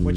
what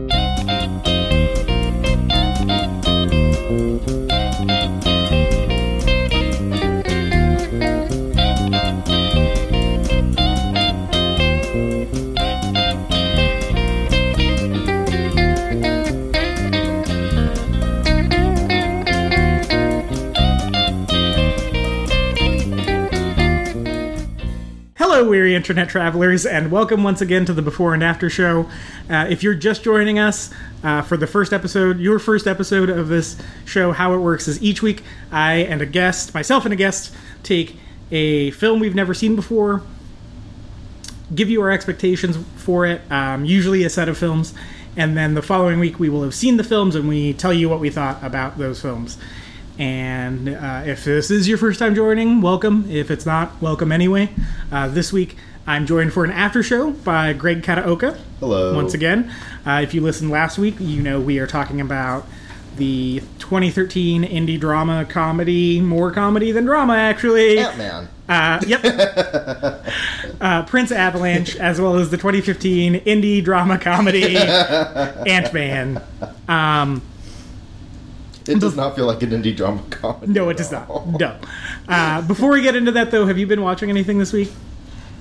Hello, weary internet travelers, and welcome once again to the Before and After Show. Uh, if you're just joining us uh, for the first episode, your first episode of this show, how it works is each week I and a guest, myself and a guest, take a film we've never seen before, give you our expectations for it, um, usually a set of films, and then the following week we will have seen the films and we tell you what we thought about those films. And uh, if this is your first time joining, welcome. If it's not, welcome anyway. Uh, this week I'm joined for an after show by Greg Kataoka. Hello. Once again, uh, if you listened last week, you know we are talking about the 2013 indie drama comedy, more comedy than drama, actually. Ant Man. Uh, yep. uh, Prince Avalanche, as well as the 2015 indie drama comedy Ant Man. Um, It does not feel like an indie drama comedy. no, it at does all. not. No. Uh, before we get into that, though, have you been watching anything this week?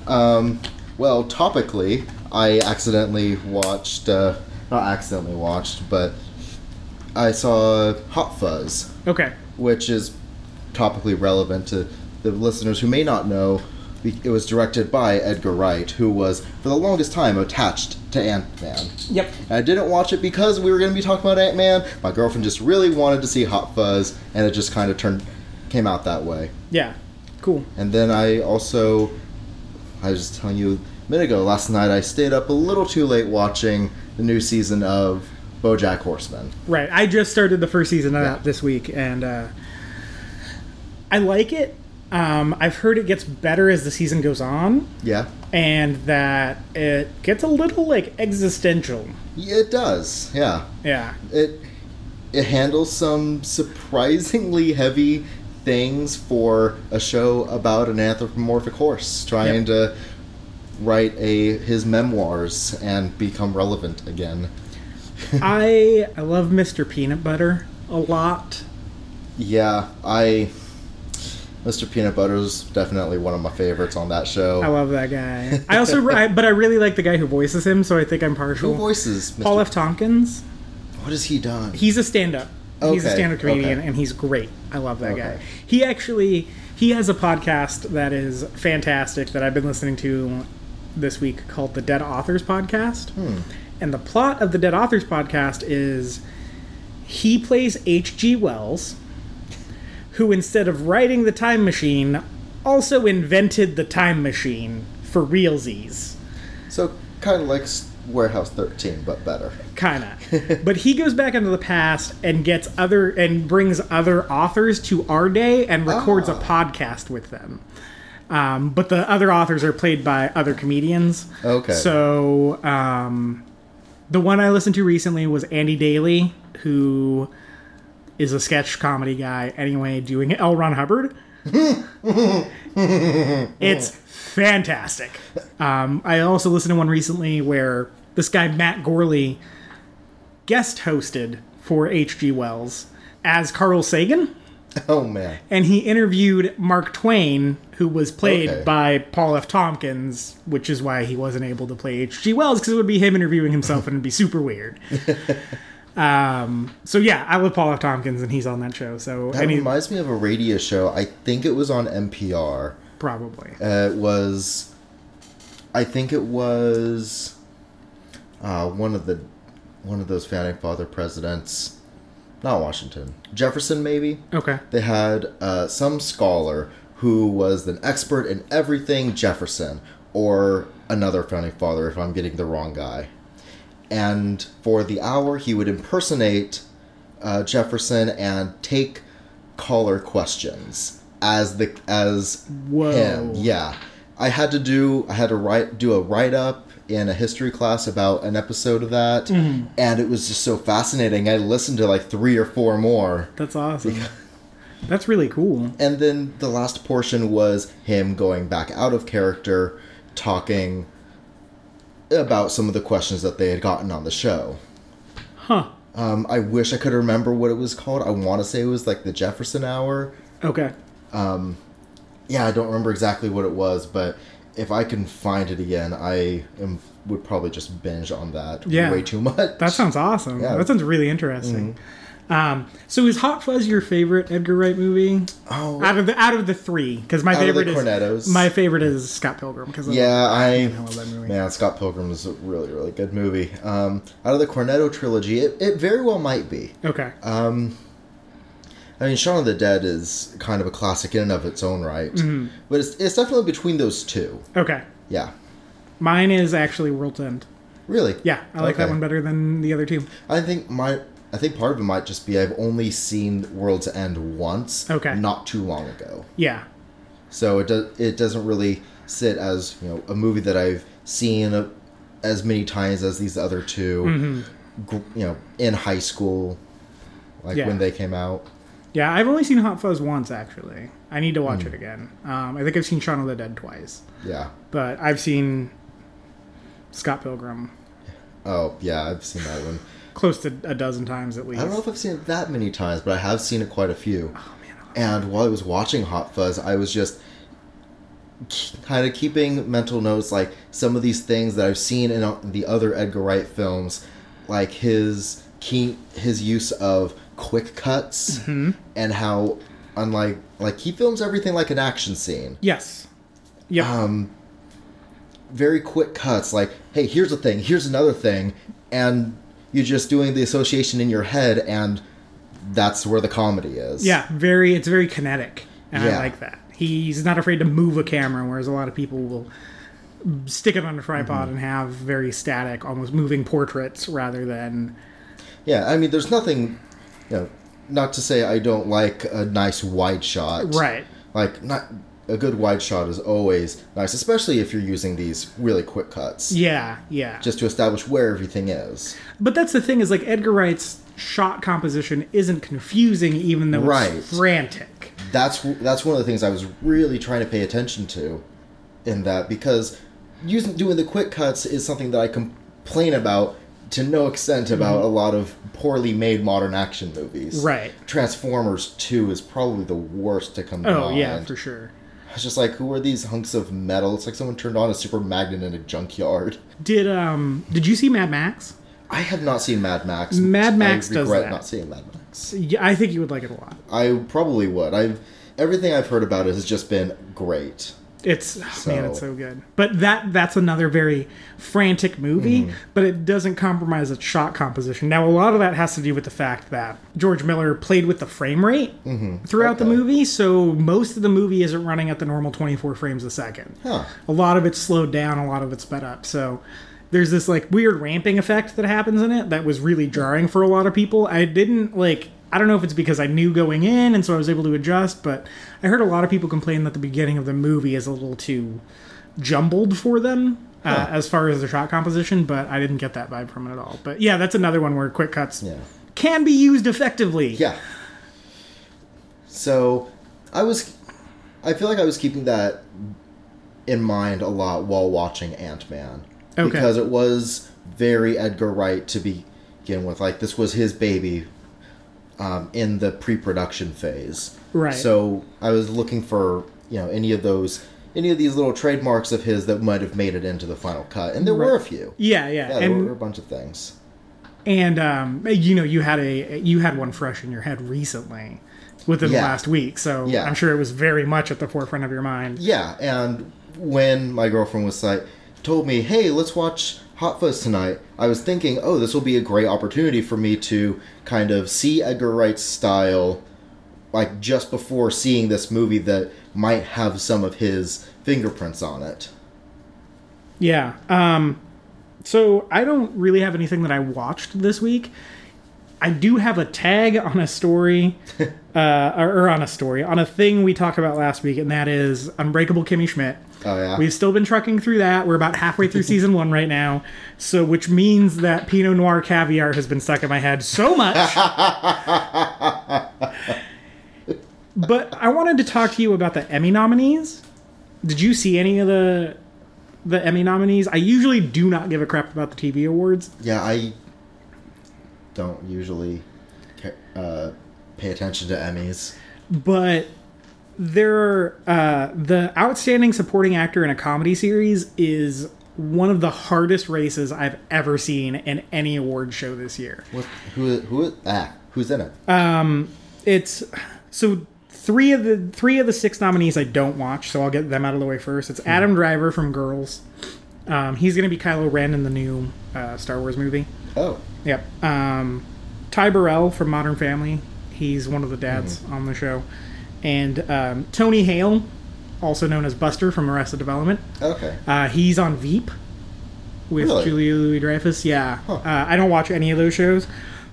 Um, well, topically, I accidentally watched, uh, not accidentally watched, but I saw Hot Fuzz, Okay. which is topically relevant to the listeners who may not know. It was directed by Edgar Wright, who was, for the longest time, attached to Ant Man. Yep. I didn't watch it because we were going to be talking about Ant Man. My girlfriend just really wanted to see Hot Fuzz, and it just kind of turned came out that way. Yeah. Cool. And then I also, I was just telling you a minute ago, last night I stayed up a little too late watching the new season of BoJack Horseman. Right. I just started the first season of Yeah. that this week, and uh, I like it. Um, I've heard it gets better as the season goes on, Yeah, and that it gets a little like existential. Yeah, it does. Yeah, Yeah. it it handles some surprisingly heavy things for a show about an anthropomorphic horse Yep. trying to write a his memoirs and become relevant again. I I love Mr. Peanut Butter a lot. Yeah, I Mr. Peanut Butter's definitely one of my favorites on that show. I love that guy. I also, I, but I really like the guy who voices him, so I think I'm Who partial. voices Mr. Paul F. Tompkins. What has he done? He's a stand-up. He's a Okay, stand-up comedian, okay. and he's great. I love that Okay. guy. He actually he has a podcast that is fantastic that I've been listening to this week called the Dead Authors Podcast. Hmm. And the plot of the Dead Authors Podcast is he plays H.G. Wells, who instead of writing the time machine, also invented the time machine for realsies. so kind of like S- Warehouse 13, but better. kinda but he goes back into the past and gets other and brings other authors to our day and records a Ah. podcast with them um, but the other authors are played by other comedians Okay. so um, the one i listened to recently was andy daly who is a sketch comedy guy anyway doing L. Ron Hubbard. it's fantastic. Um, I also listened to one recently where this guy Matt Gorley guest hosted for H.G. Wells as Carl Sagan, Oh man. and he interviewed Mark Twain, who was played Okay. by Paul F. Tompkins, which is why he wasn't able to play H.G. Wells because it would be him interviewing himself and it'd be super weird. Um, so yeah, I love Paul F. Tompkins and he's on that show. So That any reminds me of a radio show. I think it was on NPR. probably. uh, was I think it was uh, one of the one of those founding father presidents, not Washington, Jefferson maybe. Okay. They had uh, some scholar who was an expert in everything Jefferson or another founding father if I'm getting the wrong guy. And for the hour, he would impersonate uh, Jefferson and take caller questions as the as Whoa. Oh. him. Yeah, I had to do I had to write do a write up in a history class about an episode of that, and it was just so fascinating. I listened to like three or four more. That's awesome. That's really cool. And then the last portion was him going back out of character, talking about some of the questions that they had gotten on the show. Huh. Um, I wish I could remember what it was called. I want to say it was like the Jefferson Hour. Okay. Yeah, I don't remember exactly what it was, but if I can find it again, I am, would probably just binge on that Yeah. way too much. That sounds awesome. Yeah. That sounds really interesting. Um, so is Hot Fuzz your favorite Edgar Wright movie? Oh. out of the out of the three, because my Out of the favorite Cornettos. is my favorite is Scott Pilgrim. Because Yeah, I love that movie. man, Scott Pilgrim is a really really good movie. Um, out of the Cornetto trilogy, it, it very well might be. okay, I mean, Shaun of the Dead is kind of a classic in and of its own right, Mm-hmm. but it's it's definitely between those two. okay. Yeah, Mine is actually World's End. really. Yeah, I like that Okay. one better than the other two. I think my I think part of it might just be I've only seen World's End once, Okay. not too long ago. Yeah, So it does it doesn't really sit as you know a movie that I've seen a, as many times as these other 2 gr- you know, in high school, like Yeah. when they came out. yeah. I've only seen Hot Fuzz once actually. I need to Hmm. watch it again. Um, I think I've seen Shaun of the Dead twice, Yeah. but I've seen Scott Pilgrim Oh yeah, I've seen that one. close to a dozen times at least. I don't know if I've seen it that many times, but I have seen it quite a few. Oh, man. And while I was watching Hot Fuzz, I was just kind of keeping mental notes like some of these things that I've seen in uh, the other Edgar Wright films, like his key, his use of quick cuts Mm-hmm. and how unlike like he films everything like an action scene. Yes. Yep. Very quick cuts like hey, here's a thing, here's another thing and you're just doing the association in your head and that's where the comedy is. Yeah, very. It's very kinetic, and I Yeah. like that. He's not afraid to move a camera, whereas a lot of people will stick it on a tripod Mm-hmm. and have very static, almost moving portraits rather than Yeah, I mean, there's nothing, you know, not to say I don't like a nice wide shot. right. Like, not a good wide shot is always nice, especially if you're using these really quick cuts, Yeah, yeah. just to establish where everything is. but that's the thing is like Edgar Wright's shot composition isn't confusing, even though Right. it's frantic. That's that's one of the things I was really trying to pay attention to, in that because using doing the quick cuts is something that I complain about to no Mm-hmm. extent about a lot of poorly made modern action movies. Right. Transformers Two is probably the worst to come. to Oh yeah, mind. for sure. It's just like, who are these hunks of metal? It's like someone turned on a super magnet in a junkyard. Did um did you see Mad Max? I have not seen Mad Max. Mad Max I does regret that. not seeing Mad Max. Yeah, I think you would like it a lot. I probably would. I've everything I've heard about it has just been great. It's oh, man, it's So- so good. But that that's another very frantic movie, Mm-hmm. but it doesn't compromise its shot composition. Now a lot of that has to do with the fact that George Miller played with the frame rate throughout the Mm-hmm. Okay. movie, so most of the movie isn't running at the normal 24 frames a second. Huh. A lot of it's slowed down, a lot of it's sped up. So there's this like weird ramping effect that happens in it that was really jarring for a lot of people. I didn't like I don't know if it's because I knew going in and so I was able to adjust, but I heard a lot of people complain that the beginning of the movie is a little too jumbled for them. Uh, as far as the shot composition, but I didn't get that vibe from it at all. But yeah, that's another one where quick cuts Yeah. can be used effectively. Yeah. So, I was, I feel like I was keeping that in mind a lot while watching Ant Man Okay. because it was very Edgar Wright to begin with. Like this was his baby, um, in the pre-production phase. Right. So I was looking for you know any of those any of these little trademarks of his that might have made it into the final cut, and there were a few. Yeah, yeah. Yeah, there and were a bunch of things. And um, you know, you had a you had one fresh in your head recently, within Yeah. the last week. So Yeah. I'm sure it was very much at the forefront of your mind. Yeah, and when my girlfriend was like, told me, "Hey, let's watch Hot Fuzz tonight," I was thinking, "Oh, this will be a great opportunity for me to kind of see Edgar Wright's style, like just before seeing this movie that might have some of his fingerprints on it." Yeah. Um, so I don't really have anything that I watched this week. I do have a tag on a story, uh, or or on a story on a thing we talked about last week, and that is Unbreakable Kimmy Schmidt. Oh, yeah. We've still been trucking through that. We're about halfway through season one right now. So, which means that Pinot Noir caviar has been stuck in my head so much. but I wanted to talk to you about the Emmy nominees. Did you see any of the the Emmy nominees? I usually do not give a crap about the TV awards. Yeah, I don't usually ca- uh, pay attention to Emmys. but there uh, the outstanding supporting actor in a comedy series is one of the hardest races I've ever seen in any award show this year. What, who who ah, who's in it? It's so three of the three of the six nominees I don't watch, so I'll get them out of the way first. It's Adam Driver from Girls. Um, he's going to be Kylo Ren in the new uh, Star Wars movie. oh, Yep. Um, Ty Burrell from Modern Family. He's one of the dads Mm-hmm. on the show. And um, Tony Hale, also known as Buster from Arrested Development. okay. Uh, he's on Veep with Really? Julia Louis Dreyfus. Yeah. Uh, I don't watch any of those shows.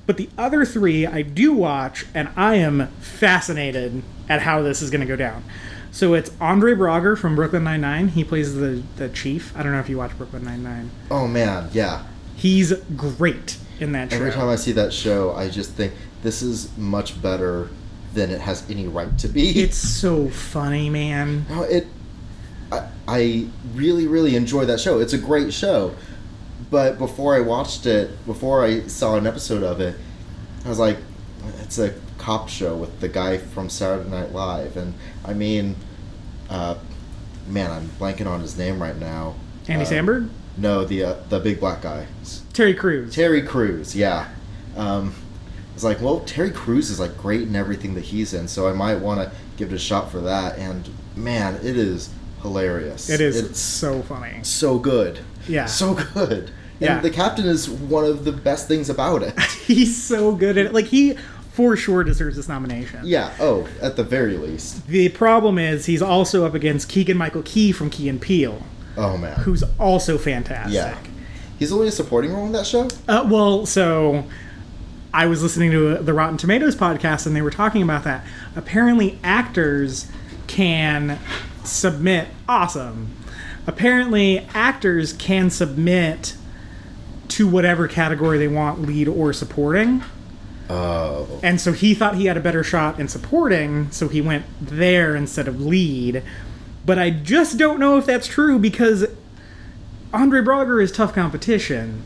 But the other three I do watch, and I am fascinated at how this is going to go down. So it's Andre Brager from Brooklyn Nine-Nine. He plays the, the chief. I don't know if you watch Brooklyn Nine-Nine. Oh man, yeah. He's great in that show. Every time I see that show, I just think this is much better than it has any right to be. It's so funny, man. No, it. I, I really, really enjoy that show. It's a great show. But before I watched it, before I saw an episode of it, I was like, it's a cop show with the guy from Saturday Night Live. And I mean, uh, man, I'm blanking on his name right now. Andy Uh, Samberg, No, the, uh, the big black guy. S- Terry Crews. Terry Crews, yeah. Um, it's like, well, Terry Crews is like great in everything that he's in, so I might want to give it a shot for that. And man, it is hilarious. it is It's so funny. so good. Yeah. So good. Yeah. And the captain is one of the best things about it. He's so good at it. Like he for sure deserves this nomination. yeah. Oh, at the very least. The problem is he's also up against Keegan Michael Key from Key and Peele, Oh man. who's also fantastic. yeah. He's only a supporting role in that show. Uh, well, so I was listening to the Rotten Tomatoes podcast and they were talking about that. Apparently, actors can submit. Awesome. Apparently, actors can submit to whatever category they want, lead or supporting. Oh. And so he thought he had a better shot in supporting, so he went there instead of lead. But I just don't know if that's true because Andre Brager is tough competition.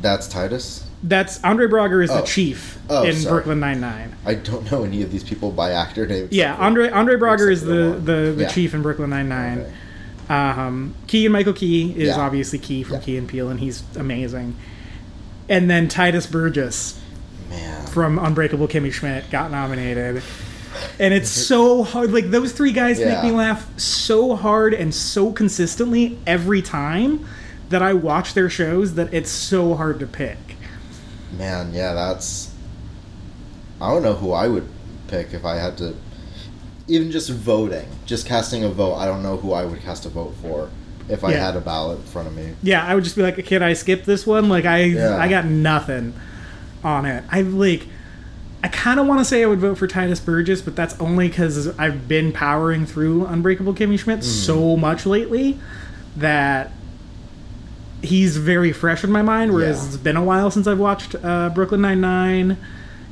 That's Titus. That's Andre Brager is Oh. the chief Oh, in sorry. Brooklyn Nine Nine. I don't know any of these people by actor name. Yeah, Andre Andre Brager is except for the the one. the, the Yeah. chief in Brooklyn Nine Nine. Okay. Um, Key and Michael Key is Yeah. obviously Key from Yeah. Key and Peele, and he's amazing. And then Titus Burgess Man. from Unbreakable Kimmy Schmidt got nominated. And it's so hard. Like, those three guys Yeah. make me laugh so hard and so consistently every time that I watch their shows that it's so hard to pick. Man, yeah, that's. I don't know who I would pick if I had to. Even just voting, just casting a vote, I don't know who I would cast a vote for if I Yeah. had a ballot in front of me. Yeah, I would just be like, can I skip this one? Like, I, Yeah. I got nothing on it. I, like, I kind of want to say I would vote for Titus Burgess, but that's only because I've been powering through Unbreakable Kimmy Schmidt Hmm. so much lately that he's very fresh in my mind. Whereas Yeah. it's been a while since I've watched uh, Brooklyn Nine Nine,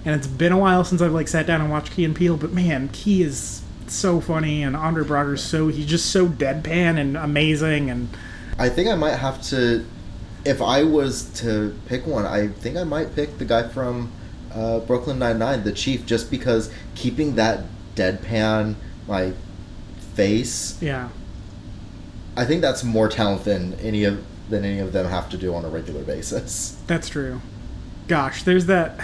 and it's been a while since I've like sat down and watched Key and Peele. But man, Key is so funny, and Andre Brager's so he's just so deadpan and amazing, and I think I might have to. If I was to pick one, I think I might pick the guy from uh, Brooklyn Nine-Nine, the chief, just because keeping that deadpan, like, face, yeah. I think that's more talent than any of. Than any of them have to do on a regular basis. That's true. Gosh, there's that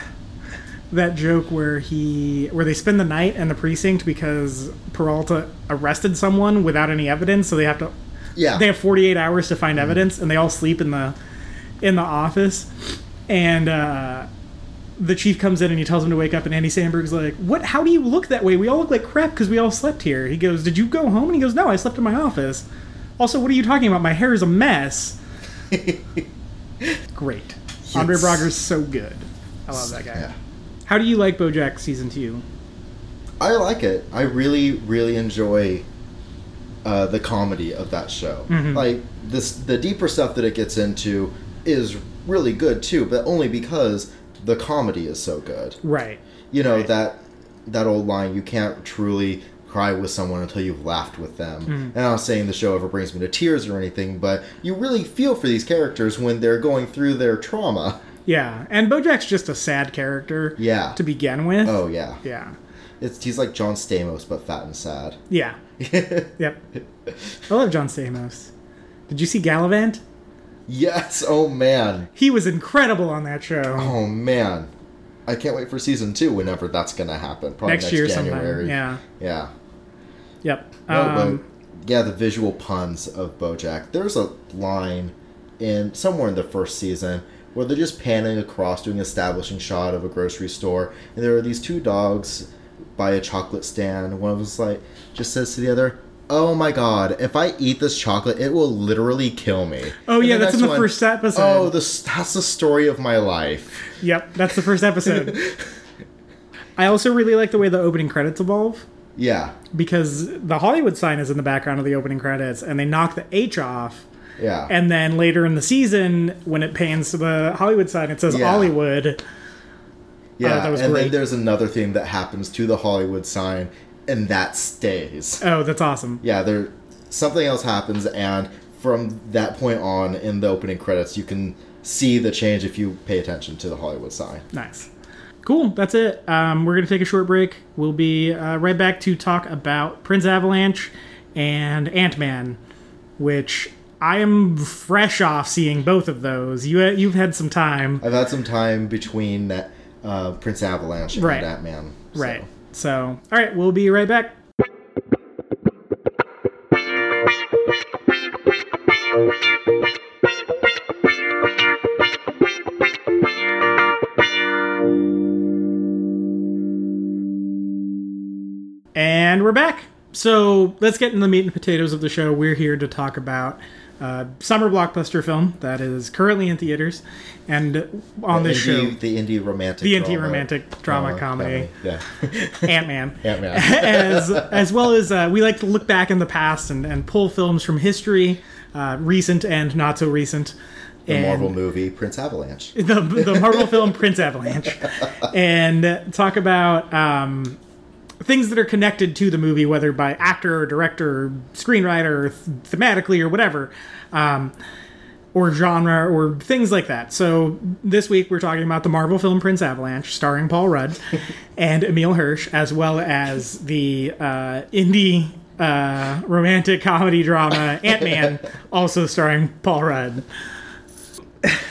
that joke where he where they spend the night in the precinct because Peralta arrested someone without any evidence, so they have to Yeah, Mm-hmm. they have 48 hours to find evidence and they all sleep in the in the office and uh the chief comes in and he tells him to wake up and Andy Sandberg's like, "What how do you look that way? We all look like crap because we all slept here." He goes, "Did you go home?" And he goes, "No, I slept in my office." Also, what are you talking about? My hair is a mess. Great. Andre Yes. Brager's so good. I love that guy. Yeah. How do you like BoJack season 2? I like it. I really, really enjoy uh, the comedy of that show. Like this, the deeper stuff that it gets into is really good too, but only because the comedy is so good. Right. You know that that old line: "You can't truly cry with someone until you've laughed with them." And I'm not saying the show ever brings me to tears or anything, but you really feel for these characters when they're going through their trauma. Yeah. And Bojack's just a sad character. Yeah. To begin with. Oh yeah, Yeah. it's he's like John Stamos but fat and sad. Yeah. yep. I love John Stamos. Did you see Gallivant? Yes. Oh man. He was incredible on that show. Oh man. I can't wait for season two. Whenever that's gonna happen, probably next, next, year January. sometime. Yeah. Yeah. Yep. No, um, but yeah, the visual puns of BoJack. There's a line in somewhere in the first season where they're just panning across, doing an establishing shot of a grocery store, and there are these two dogs by a chocolate stand. One of them's like just says to the other, "Oh my god, if I eat this chocolate, it will literally kill me." Oh, yeah, then that's in next the first episode. Oh, this, that's the story of my life. yep. That's the first episode. I also really like the way the opening credits evolve Yeah, because the Hollywood sign is in the background of the opening credits and they knock the H off. yeah, And then later in the season, when it pans to the Hollywood sign, it says Yeah. Hollywood. yeah. that was and great. then there's another thing that happens to the Hollywood sign, and that stays. Oh, that's awesome. yeah, there something else happens, and from that point on in the opening credits, you can see the change if you pay attention to the Hollywood sign. Nice. Cool. That's it. Um, we're going to take a short break. We'll be uh, right back to talk about Prince Avalanche and Ant Man, which I am fresh off seeing both of those. You, uh, you've had some time. I've had some time between that uh, Prince Avalanche and Right. that man. Right. So, all right, we'll be right back. And we're back. So let's get into the meat and potatoes of the show. We're here to talk about uh, summer blockbuster film that is currently in theaters and on The this show, indie, the indie romantic. the drama- Uh, anti-romantic drama comedy, Yeah. Ant Man. Oh, yeah, man. as as well as uh, we like to look back in the past and, and pull films from history, uh, recent and not so recent. The and Marvel movie Prince Avalanche. the, the Marvel film Prince Avalanche, and uh, talk about um, things that are connected to the movie, whether by actor or director, or screenwriter, or th- thematically or whatever, um, or genre or things like that. So this week we're talking about the Marvel film Prince Avalanche, starring Paul Rudd and Emil Hirsch, as well as the uh, indie. Uh, romantic comedy drama Ant Man, also starring Paul Rudd.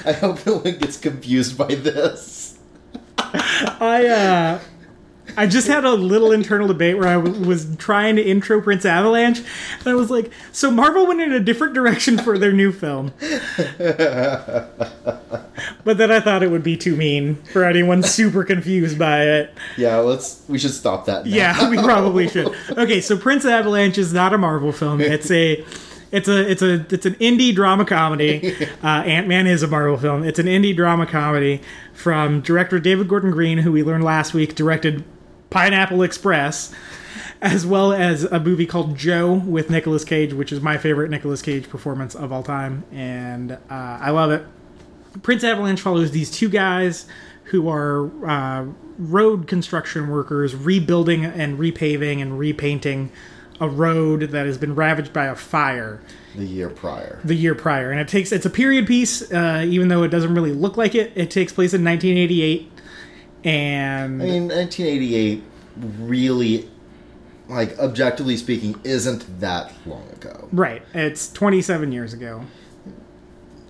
I hope no one gets confused by this. I uh I just had a little internal debate where I w- was trying to intro Prince Avalanche, and I was like, "So Marvel went in a different direction for their new film," but then I thought it would be too mean for anyone super confused by it. Yeah, let's. We should stop that. Now. Yeah, we probably should. Okay, so Prince Avalanche is not a Marvel film. It's a it's a it's a it's an indie drama comedy. Uh, Ant Man is a Marvel film. It's an indie drama comedy from director David Gordon Green, who we learned last week directed Pineapple Express, as well as a movie called Joe with Nicolas Cage, which is my favorite Nicolas Cage performance of all time, and uh, I love it. Prince Avalanche follows these two guys who are uh, road construction workers rebuilding and repaving and repainting a road that has been ravaged by a fire The year prior. the year prior and it takes it's a period piece uh, even though it doesn't really look like it it takes place in 1988 and I mean, 1988 really, like, objectively speaking, isn't that long ago. right it's 27 years ago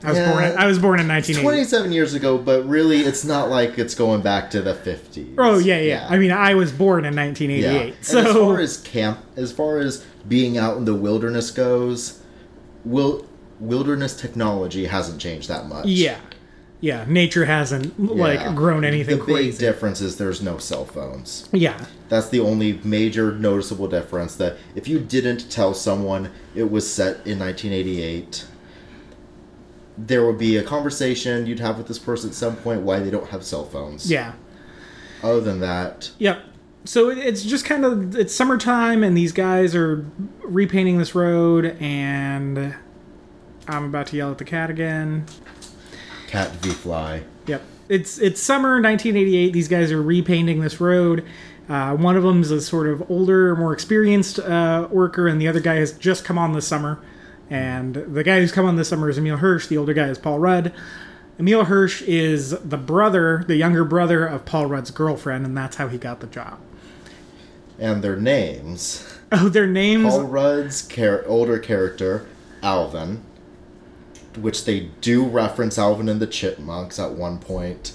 i was Yeah. born i was born in 1980 27 years ago, but really, it's not like it's going back to the 50s. oh yeah, yeah i mean i was born in 1988 And so as far as camp, as far as being out in the wilderness goes, will wilderness technology hasn't changed that much. Yeah. Yeah. Nature hasn't Yeah. like grown anything The big crazy. difference is there's no cell phones. yeah. That's the only major noticeable difference. That if you didn't tell someone it was set in 1988, there would be a conversation you'd have with this person at some point why they don't have cell phones. Yeah. Other than that, Yep. so it, it's just kind of it's summertime and these guys are repainting this road and i'm about to yell at the cat again Cat v Fly. Yep. It's it's summer 1988. These guys are repainting this road. Uh, one of them's a sort of older, more experienced uh, worker, and the other guy has just come on this summer. And the guy who's come on this summer is Emil Hirsch. The older guy is Paul Rudd. Emil Hirsch is the brother, the younger brother of Paul Rudd's girlfriend, and that's how he got the job. And their names Oh, their names. Paul Rudd's char- older character, Alvin, which they do reference Alvin and the Chipmunks at one point,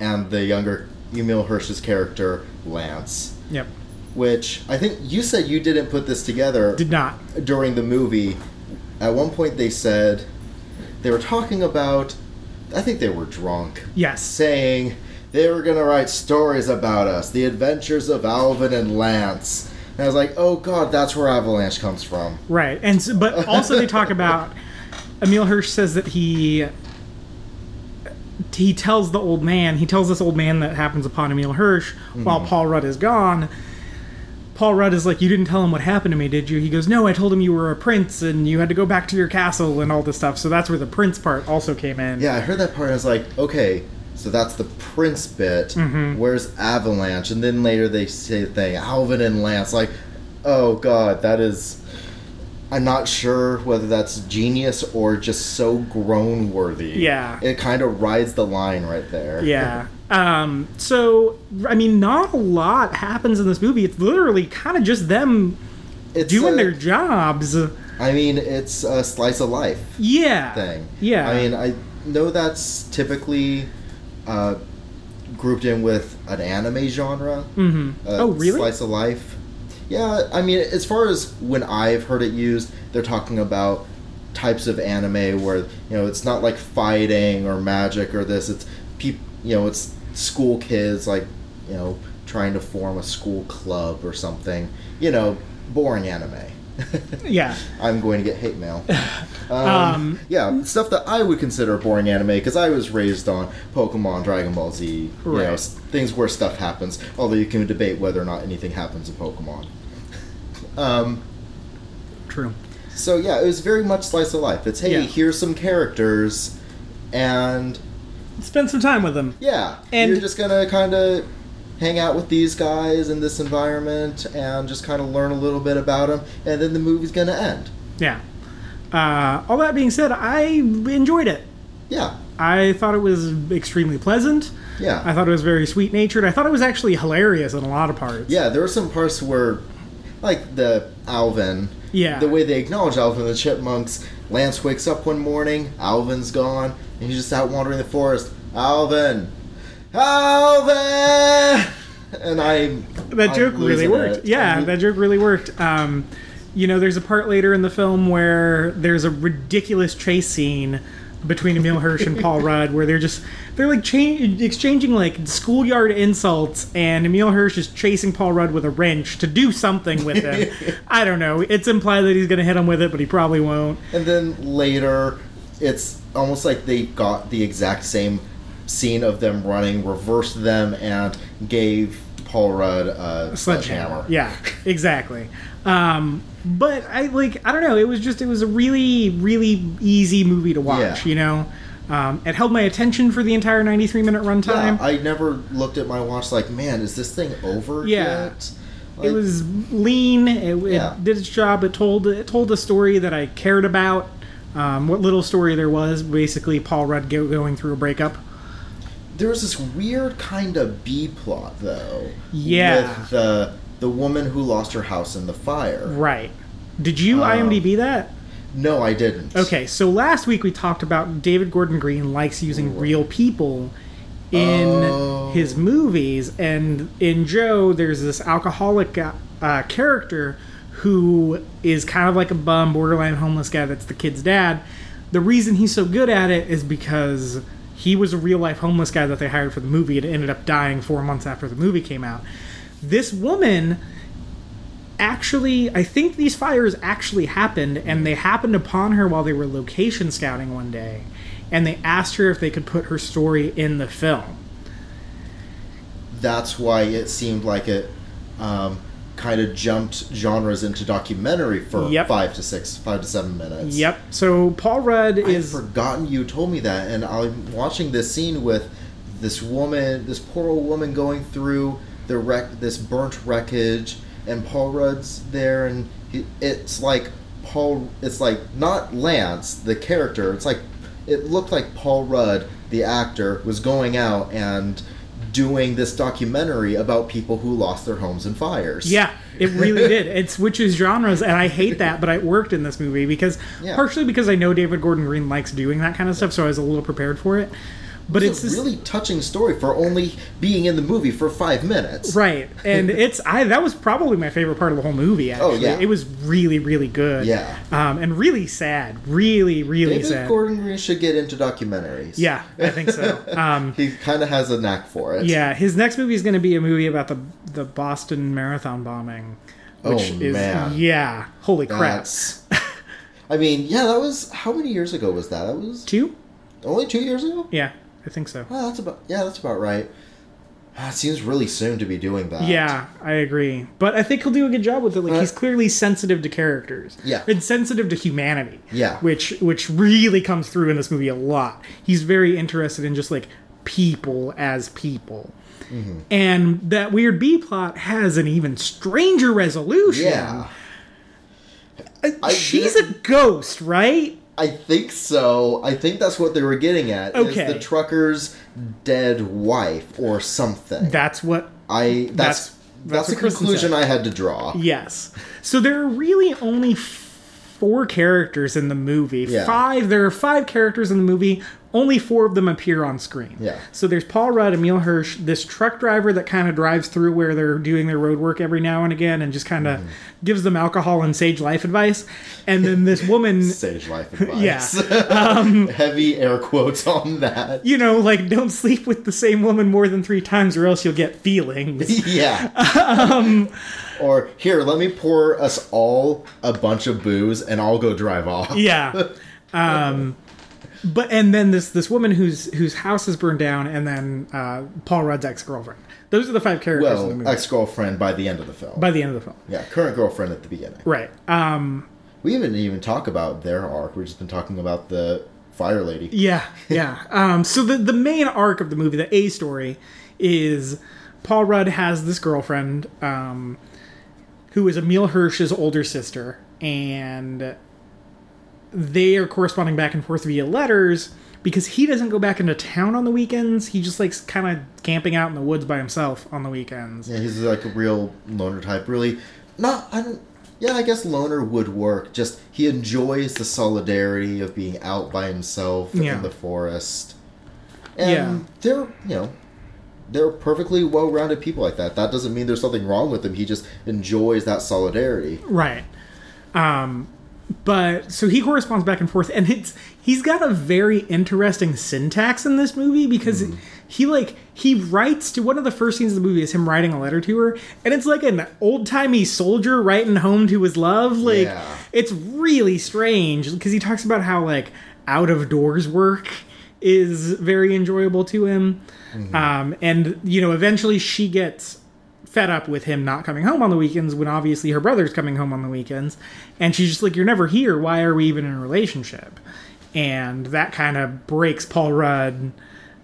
and the younger Emil Hirsch's character, Lance, Yep. which I think you said you didn't put this together Did not. during the movie. At one point, they said they were talking about, I think they were drunk, Yes. saying they were gonna write stories about us, the adventures of Alvin and Lance. And I was like, oh god, that's where Avalanche comes from. Right, and s but also they talk about Emil Hirsch says that he he tells the old man he tells this old man that happens upon Emil Hirsch while Mm-hmm. Paul Rudd is gone. Paul Rudd is like, you didn't tell him what happened to me, did you? He goes, no, I told him you were a prince and you had to go back to your castle and all this stuff. So that's where the prince part also came in. Yeah, I heard that part and I was like, okay, so that's the Prince bit. Mm-hmm. Where's Avalanche? And then later they say the thing, Alvin and Lance. Like, oh god, that is. I'm not sure whether that's genius or just so grown worthy. Yeah. It kind of rides the line right there. Yeah. Um, so, I mean, not a lot happens in this movie. It's literally kind of just them It's doing a- their jobs. I mean, it's a slice of life. Yeah. thing. Yeah. I mean, I know that's typically uh, grouped in with an anime genre. hmm Uh, oh, really? Slice of life. Yeah, I mean, as far as when I've heard it used, they're talking about types of anime where you know it's not like fighting or magic or this. It's peop- you know, it's school kids like you know trying to form a school club or something. You know, boring anime. Yeah. I'm going to get hate mail. Um, Um, yeah, stuff that I would consider boring anime because I was raised on Pokemon, Dragon Ball Z, you know, Right. s- things where stuff happens. Although you can debate whether or not anything happens in Pokemon. Um, True. so yeah, it was very much slice of life. It's hey, Yeah. here's some characters, and Spend some time with them. yeah, And- you're just gonna kind of hang out with these guys in this environment and just kind of learn a little bit about them, and then the movie's gonna end. Yeah. Uh, all that being said, I enjoyed it. Yeah, I thought it was extremely pleasant. yeah. I thought it was very sweet natured. I thought it was actually hilarious in a lot of parts. Yeah, there were some parts where, like the Alvin. Yeah. The way they acknowledge Alvin and the Chipmunks. Lance wakes up one morning, Alvin's gone, and he's just out wandering the forest. Alvin! Alvin! And I. that joke really worked. Yeah, that joke really worked. Um, you know, there's a part later in the film where there's a ridiculous chase scene between Emil Hirsch and Paul Rudd, where they're just they're like cha- exchanging like schoolyard insults, and Emil Hirsch is chasing Paul Rudd with a wrench to do something with him. I don't know. It's implied that he's going to hit him with it, but he probably won't. And then later, it's almost like they got the exact same scene of them running, reversed them, and gave Paul Rudd a sledgehammer. Yeah, exactly. Um, but I like I don't know. It was just it was a really really easy movie to watch. Yeah. You know, um, it held my attention for the entire ninety three minute runtime. Yeah, I never looked at my watch like, man, is this thing over Yeah. yet? it Like, was lean. It, it Yeah. did its job. It told it told a story that I cared about. Um, what little story there was, basically Paul Rudd go, going through a breakup. there was this weird kind of B plot though. Yeah. With the the woman who lost her house in the fire. Right. Did you Uh, IMDb that? No, I didn't. Okay, so last week we talked about David Gordon Green likes using real people in Oh. his movies, and in Joe, there's this alcoholic uh, uh, character who is kind of like a bum, borderline homeless guy that's the kid's dad. The reason he's so good at it is because he was a real life homeless guy that they hired for the movie and ended up dying four months after the movie came out. This woman actually i think these fires actually happened and they happened upon her while they were location scouting one day and they asked her if they could put her story in the film That's why it seemed like it um, kind of jumped genres into documentary for Yep. five to six, five to seven minutes. Yep. So Paul Rudd I've is forgotten you told me that, and I'm watching this scene with this woman, this poor old woman going through the wreck, this burnt wreckage, and Paul Rudd's there, and he, it's like Paul, it's like not Lance, the character. It's like it looked like Paul Rudd, the actor, was going out and doing this documentary about people who lost their homes in fires. Yeah, it really did. It switches genres, and I hate that, but it worked in this movie because Yeah. partially because I know David Gordon Green likes doing that kind of stuff, so I was a little prepared for it. But it's It's a this, really touching story for only being in the movie for five minutes. right, and it's I that was probably my favorite part of the whole movie. Actually, Oh, yeah. it was really really good. Yeah. um, and really sad, really really David sad. Gordon Green should get into documentaries. yeah, I think so. Um, He kind of has a knack for it. yeah, his next movie is going to be a movie about the the Boston Marathon bombing, which Oh, is man. yeah, holy crap, That's. I mean, yeah, that was how many years ago was that? That was two? only two years ago. Yeah, I think so. Well, that's about yeah, that's about right. Ah, It seems really soon to be doing that. Yeah, I agree. But I think he'll do a good job with it. Like Uh, he's clearly sensitive to characters. Yeah. And sensitive to humanity. Yeah. Which which really comes through in this movie a lot. He's very interested in just like people as people. Mm-hmm. And that weird B plot has an even stranger resolution. Uh, yeah. I She's didn't- a ghost, right? I think so. I think that's what they were getting at. is Okay. the trucker's dead wife or something. That's what I That's- that's that's what that's, the Kristen conclusion said. I had to draw. Yes. So there are really only f- four characters in the movie. Yeah. Five. There are five characters in the movie. Only four of them appear on screen. Yeah. So there's Paul Rudd, Emil Hirsch, this truck driver that kind of drives through where they're doing their road work every now and again and just kind of Mm-hmm. gives them alcohol and sage life advice. And then this woman, Sage life advice. Yeah. Um, Heavy air quotes on that. you know, like don't sleep with the same woman more than three times or else you'll get feelings. yeah. or here, let me pour us all a bunch of booze, and I'll go drive off. yeah um but and then this this woman whose whose house is burned down and then uh paul rudd's ex-girlfriend those are the five characters in the Well, movie ex girlfriend by the end of the film. by the end of the film yeah, current girlfriend at the beginning. right um We even didn't even talk about their arc. We've just been talking about the fire lady. yeah yeah um so the the main arc of the movie the a story is paul rudd has this girlfriend um who is emil hirsch's older sister and they are corresponding back and forth via letters because he doesn't go back into town on the weekends. He just likes kind of camping out in the woods by himself on the weekends. Yeah, he's like a real loner type. Really, not. I don't. Yeah, I guess loner would work. Just he enjoys the solidarity of being out by himself Yeah. in the forest. And Yeah. they're you know they're perfectly well-rounded people like that. That doesn't mean there's something wrong with him. He just enjoys that solidarity. Right. Um, but so he corresponds back and forth, and it's he's got a very interesting syntax in this movie because he like he writes to one of the first scenes of the movie is him writing a letter to her, and it's like an old timey soldier writing home to his love. Like Yeah. it's really strange because he talks about how like out of doors work is very enjoyable to him, um, and you know eventually she gets fed up with him not coming home on the weekends when obviously her brother's coming home on the weekends. And she's just like, You're never here. Why are we even in a relationship? And that kind of breaks Paul Rudd,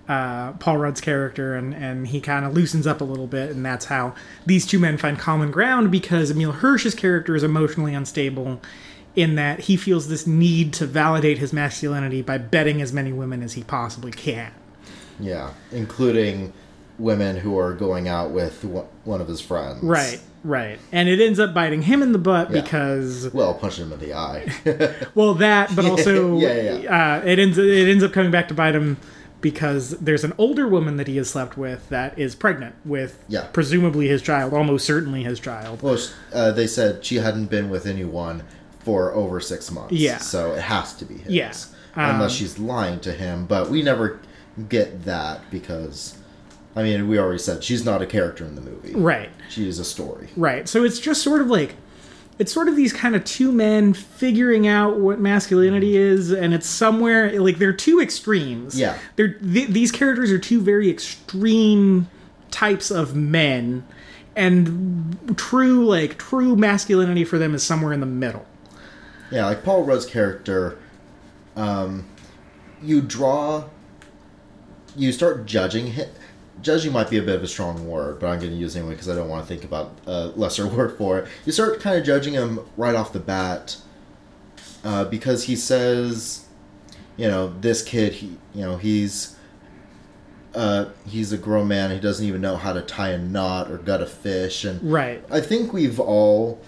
uh, Paul Rudd's character, and, and he kind of loosens up a little bit. And that's how these two men find common ground because Emil Hirsch's character is emotionally unstable in that he feels this need to validate his masculinity by betting as many women as he possibly can. Yeah, including women who are going out with one one of his friends. Right, right. And it ends up biting him in the butt Yeah. because Well, punching him in the eye. Well, that, but also Yeah, yeah, Uh, it ends it ends up coming back to bite him because there's an older woman that he has slept with that is pregnant with Yeah. presumably his child, almost certainly his child. well, sh- uh, they said she hadn't been with anyone for over six months. Yeah. So it has to be his. Yeah, um, Unless she's lying to him, but we never get that because, I mean, we already said she's not a character in the movie. Right, She is a story. right. So it's just sort of like it's sort of these kind of two men figuring out what masculinity is, and it's somewhere like they're two extremes. Mm-hmm. Yeah. they're th- these characters are two very extreme types of men. and true like true masculinity for them is somewhere in the middle. Yeah, like Paul Rudd's character, um, you draw, you start judging him. Judging might be a bit of a strong word, but I'm going to use it anyway because I don't want to think about a lesser word for it. You start kind of judging him right off the bat uh, because he says, you know, this kid, he, you know, he's uh, he's a grown man. He doesn't even know how to tie a knot or gut a fish, and Right. I think we've all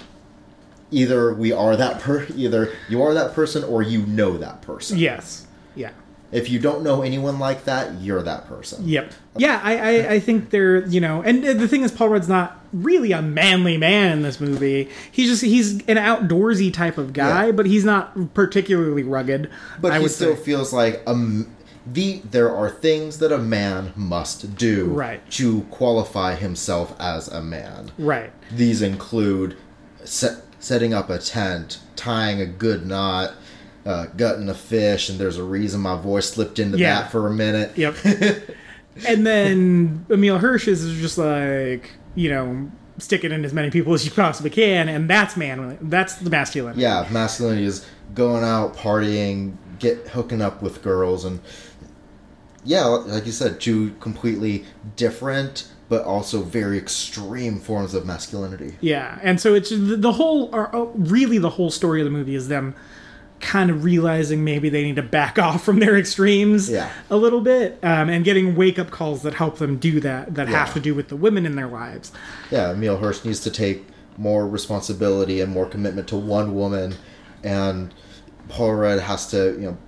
either we are that per either you are that person or you know that person. Yes. Yeah. If you don't know anyone like that, you're that person. Yep. Yeah, I, I, I think they're you know, and the thing is, Paul Rudd's not really a manly man in this movie. He's just he's an outdoorsy type of guy, Yeah. but he's not particularly rugged. But I he would still say. feels like um the there are things that a man must do Right. to qualify himself as a man. right. These include set, setting up a tent, tying a good knot, uh, gutting a fish, and there's a reason my voice slipped into Yeah. that for a minute. Yep. and then Emil Hirsch is just like you know, stick it in as many people as you possibly can, and that's man. That's the masculine. yeah, masculinity is going out partying, get hooking up with girls, and yeah, like you said, two completely different but also very extreme forms of masculinity. Yeah, and so it's the, the whole, or oh, really, the whole story of the movie is them kind of realizing maybe they need to back off from their extremes Yeah. a little bit, um, and getting wake up calls that help them do that that have Yeah. to do with the women in their lives. Yeah, Emil Hirsch needs to take more responsibility and more commitment to one woman, and Paul Rudd has to you know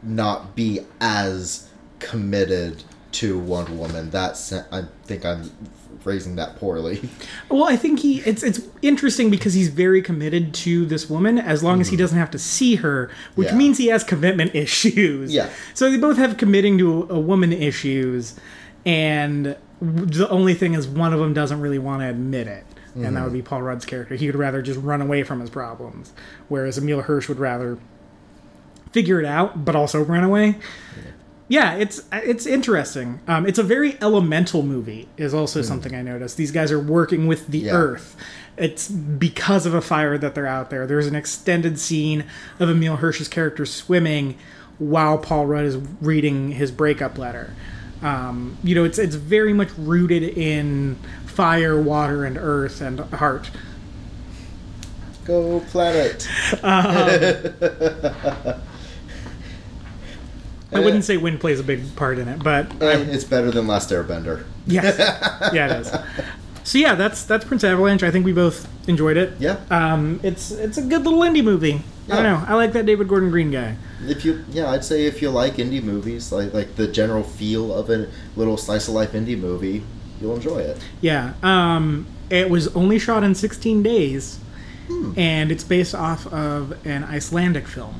not be as committed to one woman. That's I think I'm phrasing that poorly. Well, I think he it's it's interesting because he's very committed to this woman as long as he doesn't have to see her, which Mm-hmm. Yeah. means he has commitment issues. Yeah. So they both have committing to a woman issues, and w- the only thing is one of them doesn't really want to admit it. And Mm-hmm. that would be Paul Rudd's character. He would rather just run away from his problems, whereas Emil Hirsch would rather figure it out, but also run away. Yeah, it's it's interesting. Um, it's a very elemental movie. Is also something I noticed. These guys are working with the Yeah. earth. It's because of a fire that they're out there. There's an extended scene of Emil Hirsch's character swimming while Paul Rudd is reading his breakup letter. Um, you know, it's it's very much rooted in fire, water, and earth and heart. Go planet. I wouldn't say wind plays a big part in it, but Eh, it's better than Last Airbender. Yes. yeah, it is. So yeah, that's that's Prince Avalanche. I think we both enjoyed it. Yeah. Um, it's it's a good little indie movie. I Yeah. don't know. I like that David Gordon Green guy. If you, yeah, I'd say if you like indie movies, like like the general feel of a little slice of life indie movie, you'll enjoy it. Yeah. Um, it was only shot in 16 days, Hmm. and it's based off of an Icelandic film.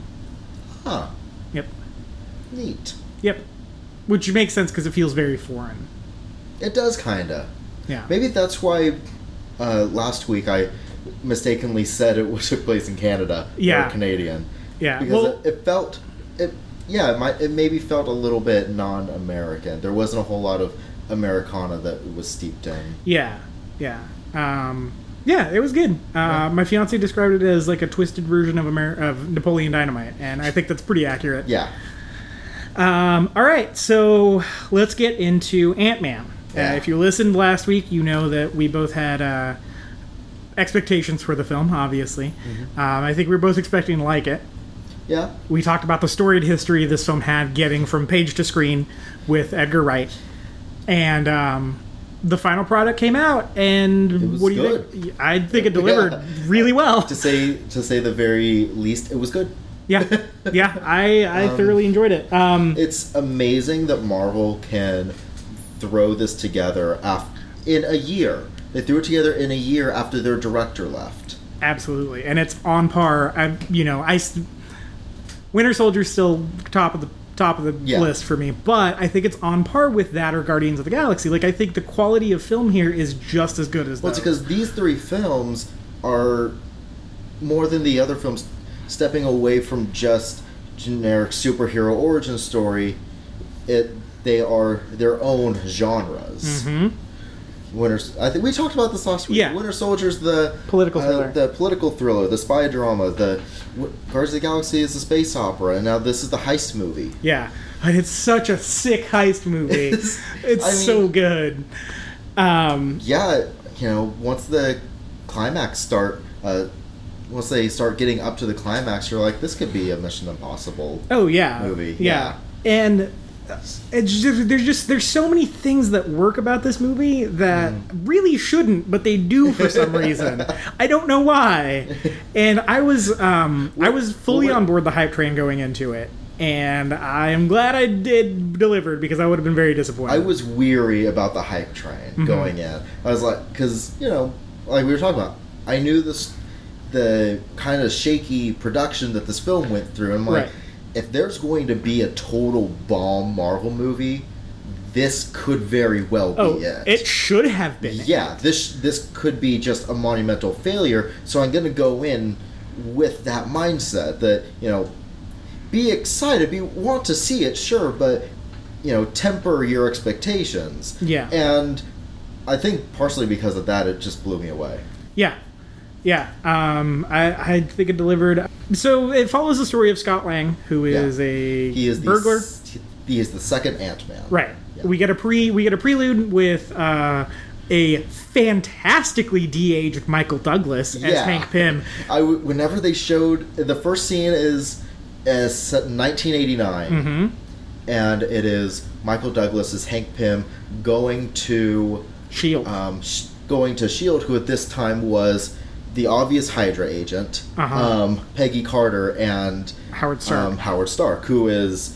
Huh. Yep. Neat. Yep. Which makes sense because it feels very foreign. It does kinda. Yeah. Maybe that's why uh, last week I mistakenly said it was took place in Canada. Yeah. Or Canadian. Yeah, Because well- it, it felt it. Yeah, it might. It maybe felt a little bit non-American. There wasn't a whole lot of Americana that it was steeped in. Yeah, yeah, um, yeah. It was good. Uh, My fiance described it as like a twisted version of Amer- of Napoleon Dynamite, and I think that's pretty accurate. Yeah. Um, all right, so let's get into Ant Man. Yeah. Uh, if you listened last week, you know that we both had uh, expectations for the film. Obviously, Mm-hmm. um, I think we were both expecting to like it. Yeah. We talked about the storied history this film had getting from page to screen with Edgar Wright. And um, the final product came out, and was what do you good. think? I think it delivered really well. to say to say the very least, it was good. yeah, yeah, I, I thoroughly enjoyed it. Um, It's amazing that Marvel can throw this together af- in a year. They threw it together in a year after their director left. absolutely, and it's on par. I, you know, I s- Winter Soldier's still top of the top of the Yeah. list for me, but I think it's on par with that or Guardians of the Galaxy. Like, I think the quality of film here is just as good as. Well, it's those. because these three films are more than the other films stepping away from just generic superhero origin story. It they are their own genres. Winter. I think we talked about this last week. Mm-hmm. Yeah. Winter Soldier's the Political uh, thriller. the political thriller, the spy drama. The w- Guardians of the Galaxy is the space opera, and now this is the heist movie. Yeah, and it's such a sick heist movie. It's- it's I mean- so good. Um, Yeah, you know, once the climax start, uh, once they start getting up to the climax, you're like, this could be a Mission Impossible. oh yeah, Movie, and it's just, there's just there's so many things that work about this movie that Mm. really shouldn't, but they do for some reason. I don't know why. And I was um, I was fully what- on board the hype train going into it, and I am glad I did delivered because I would have been very disappointed. I was weary about the hype train Mm-hmm. going in. I was like, because you know, like we were talking about, I knew this, the kind of shaky production that this film went through. I'm like, Right. if there's going to be a total bomb Marvel movie, this could very well oh, be it. it should have been. yeah, this this could be just a monumental failure. So I'm going to go in with that mindset that you know, be excited, be want to see it, sure, but you know, temper your expectations. Yeah. and I think partially because of that, it just blew me away. Yeah. Yeah. Um, I, I think it delivered. So it follows the story of Scott Lang, who Yeah. is a He is the burglar. s- he is the second Ant Man. right. Yeah. We get a pre we get a prelude with uh, a fantastically de-aged Michael Douglas as Yeah. Hank Pym. I w- whenever they showed the first scene is is set in 1989, Mm-hmm. and it is Michael Douglas as Hank Pym going to Shield. um, sh- going to Shield, E who at this time was the obvious Hydra agent, Uh-huh. um, Peggy Carter, and Howard Stark. um, Howard Stark, who is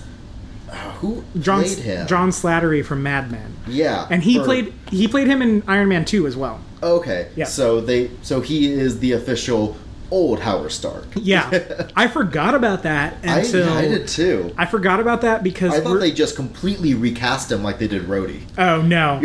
uh, who John played him. John Slattery from Mad Men. yeah, And he for- played he played him in Iron Man 2 as well. Okay, Yeah. so they so he is the official old Howard Stark. Yeah. I forgot about that I, until I did too. I forgot about that because I thought we're- they just completely recast him like they did Rhodey. Oh no,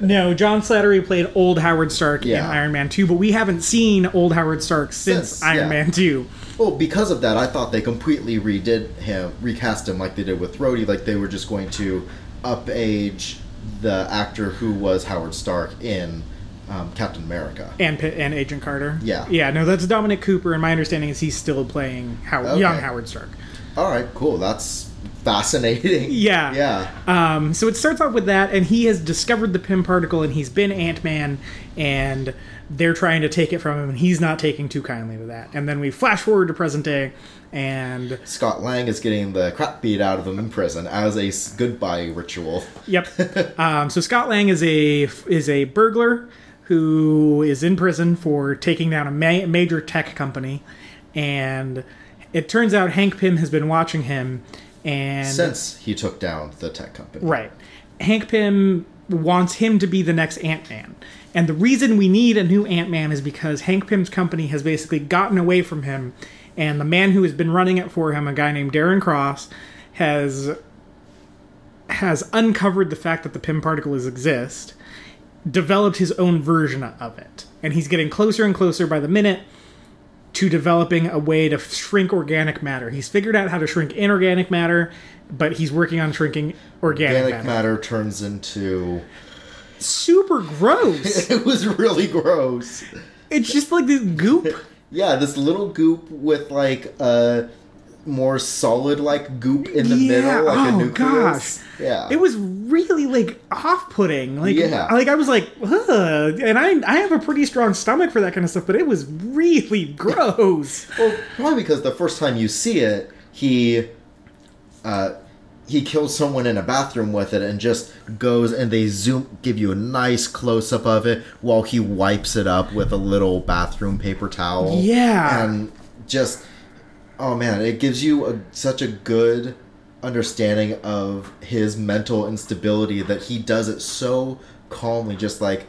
no! John Slattery played old Howard Stark Yeah. in Iron Man Two, but we haven't seen old Howard Stark since, Since, Iron yeah. Man Two. Well, because of that, I thought they completely redid him, recast him like they did with Rhodey, like they were just going to upage the actor who was Howard Stark in um, Captain America. And Pi- and Agent Carter. Yeah. yeah. No, that's Dominic Cooper, and my understanding is he's still playing Howard, Okay. young Howard Stark. All right, cool. That's fascinating. Yeah. Yeah. Um, so it starts off with that, and he has discovered the Pym particle, and he's been Ant Man, and they're trying to take it from him, and he's not taking too kindly to that. And then we flash forward to present day, and Scott Lang is getting the crap beat out of him in prison as a s- goodbye ritual. Yep. um, so Scott Lang is a is a burglar who is in prison for taking down a ma- major tech company, and it turns out Hank Pym has been watching him, and Since he took down the tech company. right, Hank Pym wants him to be the next Ant Man. And the reason we need a new Ant Man is because Hank Pym's company has basically gotten away from him, and the man who has been running it for him, a guy named Darren Cross, has has uncovered the fact that the Pym particles exist, developed his own version of it. And he's getting closer and closer by the minute to developing a way to shrink organic matter. He's figured out how to shrink inorganic matter, but he's working on shrinking organic, Organic matter. matter turns into. Super gross. It was really gross. it's just like this goop. Yeah, this little goop with like a more solid like goop in the Yeah, middle, like a oh, nucleus. gosh. Yeah. It was really like off-putting. Like, Yeah. like I was like, Ugh. and I I have a pretty strong stomach for that kind of stuff, but it was really gross. well, probably because the first time you see it, he uh he kills someone in a bathroom with it and just goes and they zoom give you a nice close up of it while he wipes it up with a little bathroom paper towel. Yeah. And just oh man, it gives you a, such a good understanding of his mental instability that he does it so calmly, just like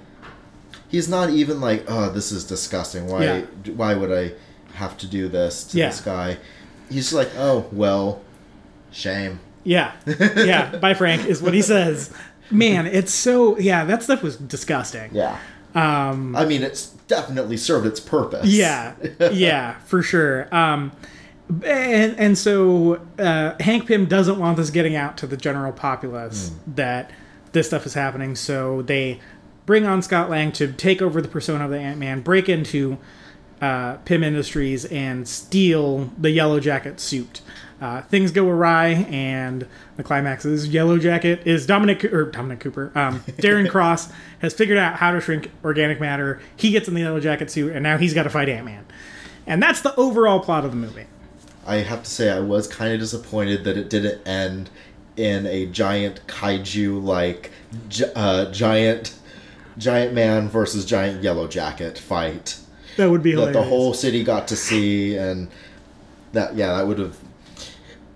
he's not even like, oh, this is disgusting. Why? Yeah. Why would I have to do this to Yeah. this guy? He's like, oh well, shame. Yeah. Yeah. Bye, Frank, is what he says. Man, it's so. Yeah, that stuff was disgusting. Yeah. Um. I mean, it's definitely served its purpose. Yeah. Yeah, for sure. Um, and, and so uh, Hank Pym doesn't want this getting out to the general populace that this stuff is happening, so they bring on Scott Lang to take over the persona of the Ant Man, break into uh, Pym Industries, and steal the Yellow Jacket suit. Uh, things go awry, and the climax is Yellow Jacket is Dominic or Dominic Cooper. Um, Darren Cross has figured out how to shrink organic matter. He gets in the Yellow Jacket suit, and now he's got to fight Ant Man. And that's the overall plot of the movie. I have to say, I was kind of disappointed that it didn't end in a giant kaiju like gi- uh, giant giant man versus giant yellow jacket fight That would be that hilarious. the whole city got to see, and that yeah, that would have.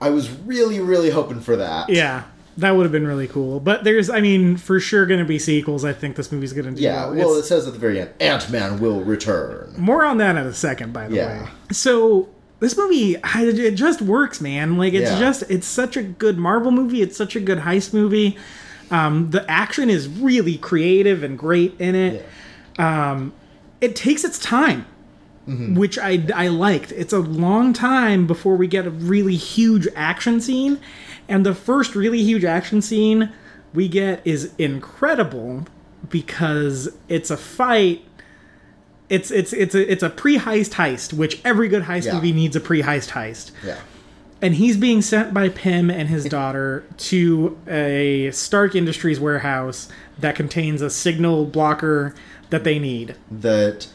I was really really hoping for that. Yeah, that would have been really cool. But there's, I mean, for sure going to be sequels. I think this movie's going to do. Yeah, well. well, It's- it says at the very end, Ant Man will return. More on that in a second, by the Yeah. way. So this movie, I- it just works, man. Like it's Yeah. just, it's such a good Marvel movie. It's such a good heist movie. Um, the action is really creative and great in it. Um, it takes its time, which I, I liked. It's a long time before we get a really huge action scene, and the first really huge action scene we get is incredible because it's a fight it's it's it's a it's a pre-heist heist, which every good heist Yeah. movie needs a pre-heist heist. Yeah, And he's being sent by Pym and his daughter to a Stark Industries warehouse that contains a signal blocker that they need. that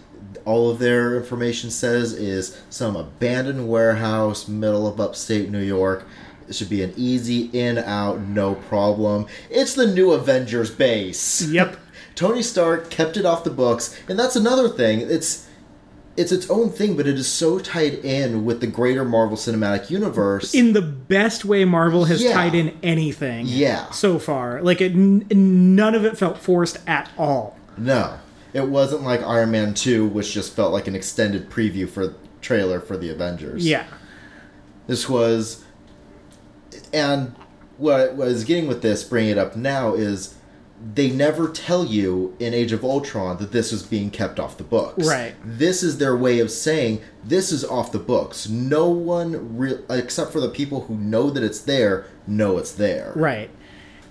all of their information says is some abandoned warehouse, middle of upstate New York. It should be an easy in out, no problem. It's the new Avengers base. Yep. Tony Stark kept it off the books, and that's another thing. It's it's its own thing, but it is so tied in with the greater Marvel Cinematic Universe. In the best way Marvel has Yeah. tied in anything Yeah. so far. Like it, n- none of it felt forced at all. no, it wasn't like Iron Man Two, which just felt like an extended preview for trailer for the Avengers. Yeah. this was, and what, what I was getting with this, bringing it up now is. They never tell you in Age of Ultron that this is being kept off the books. Right. this is their way of saying this is off the books. No one, re- except for the people who know that it's there, know it's there. Right.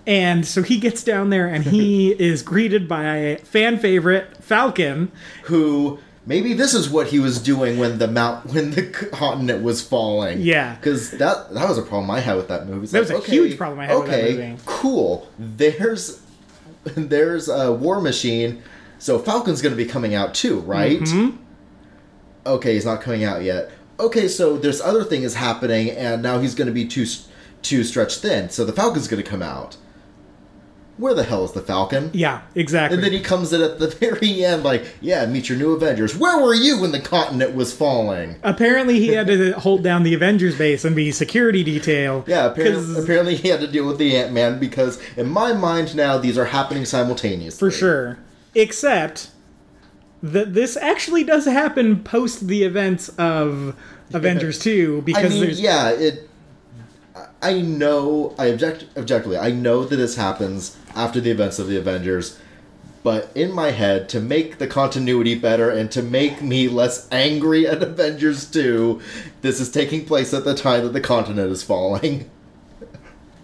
And so he gets down there and he is greeted by fan favorite Falcon. Who maybe this is what he was doing when the mount when the continent was falling. Yeah. because that that was a problem I had with that movie. It's That was like, a huge problem I had with that okay, movie. cool. There's there's a war machine. So Falcon's going to be coming out too, right? Mm-hmm. okay, he's not coming out yet. Okay, so this other thing is happening, and now he's going to be too too stretched thin. So the Falcon's going to come out. Where the hell is the Falcon? Yeah, exactly. And then he comes in at the very end, like, "Yeah, meet your new Avengers. Where were you when the continent was falling?" apparently, he had to hold down the Avengers base and be security detail. Yeah, apparently, 'cause- apparently he had to deal with the Ant Man because, in my mind, now these are happening simultaneously. for sure. Except that this actually does happen post the events of Avengers Two I because mean, there's yeah, it. I- I know. I object objectively. I know that this happens after the events of the Avengers, but in my head, to make the continuity better and to make me less angry at Avengers Two, this is taking place at the time that the continent is falling.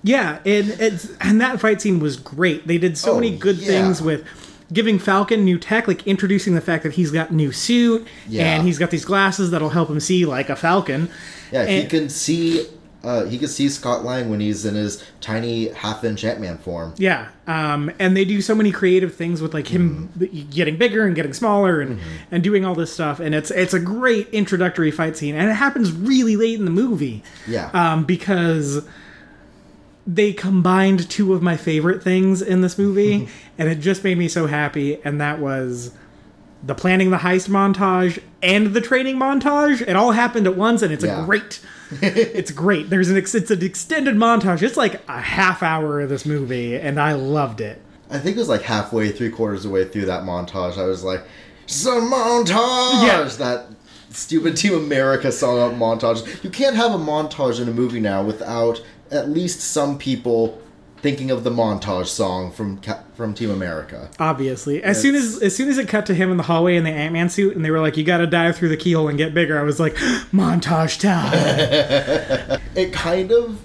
Yeah, and it's and that fight scene was great. They did so Oh, many good yeah. things with giving Falcon new tech, like introducing the fact that he's got new suit Yeah. and he's got these glasses that'll help him see like a falcon. Yeah, he And- can see. Uh, he can see Scott Lang when he's in his tiny half-inch Ant-Man form. Yeah, um, and they do so many creative things with like him Mm-hmm. getting bigger and getting smaller and and doing all this stuff, and it's it's a great introductory fight scene, and it happens really late in the movie. Yeah. um, because they combined two of my favorite things in this movie, and it just made me so happy, and that was. The planning the heist montage and the training montage, it all happened at once, and it's a Yeah. great, it's great. There's an ex- it's an extended montage. It's like a half hour of this movie, and I loved it. I think it was like halfway, three quarters of the way through that montage. I was like, "Some montage!" Yeah. That stupid Team America song up montage. You can't have a montage in a movie now without at least some people thinking of the montage song from Ca- from Team America. Obviously, as soon as as soon as it cut to him in the hallway in the Ant Man suit, and they were like, "You got to dive through the keyhole and get bigger," I was like, "Montage time!" It kind of,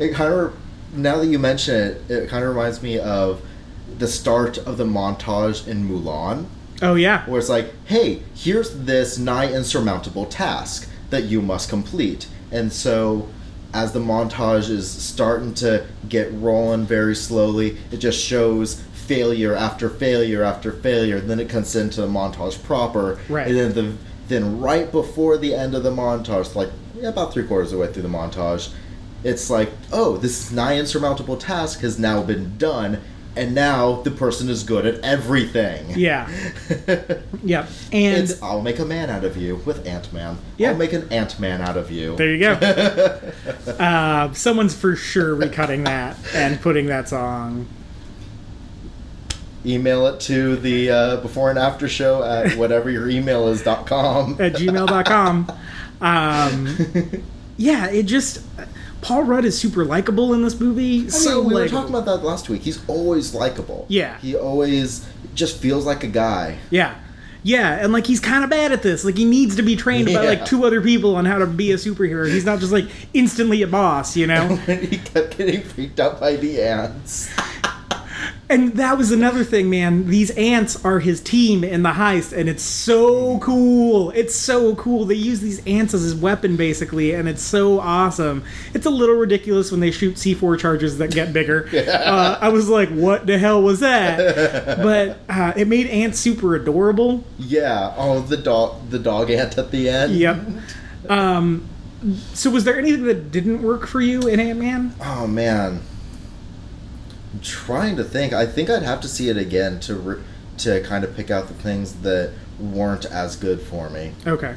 it kind of. Now that you mention it, it kind of reminds me of the start of the montage in Mulan, Oh yeah. where it's like, hey, here's this nigh insurmountable task that you must complete. And so, as the montage is starting to get rolling very slowly, it just shows failure after failure after failure. And then it cuts into the montage proper. Right. And then the then right before the end of the montage, like about three quarters of the way through the montage, it's like, oh, this nigh insurmountable task has now been done, and now the person is good at everything. Yeah. yep. And It's I'll make a man out of you with Ant Man. Yeah. I'll make an Ant Man out of you. there you go. uh, someone's for sure recutting that and putting that song. Email it to the uh, before and after show at whatever your email is dot com. at gmail.com. Um, yeah, it just. Paul Rudd is super likable in this movie. I mean, so we were likable. talking about that last week. He's always likable. Yeah. He always just feels like a guy. Yeah. Yeah, and like he's kind of bad at this. Like he needs to be trained by Yeah. like two other people on how to be a superhero. He's not just like instantly a boss, you know? when he kept getting freaked out by the ants. And that was another thing, man. These ants are his team in the heist, and it's so cool. It's so cool. They use these ants as his weapon, basically, and it's so awesome. It's a little ridiculous when they shoot C4 charges that get bigger. uh, I was like, what the hell was that? But uh, it made ants super adorable. Yeah, oh the dog the dog ant at the end. Yep. Um, so, was there anything that didn't work for you in Ant Man? Oh man. I'm trying to think. I think I'd have to see it again to re- to kind of pick out the things that weren't as good for me. Okay.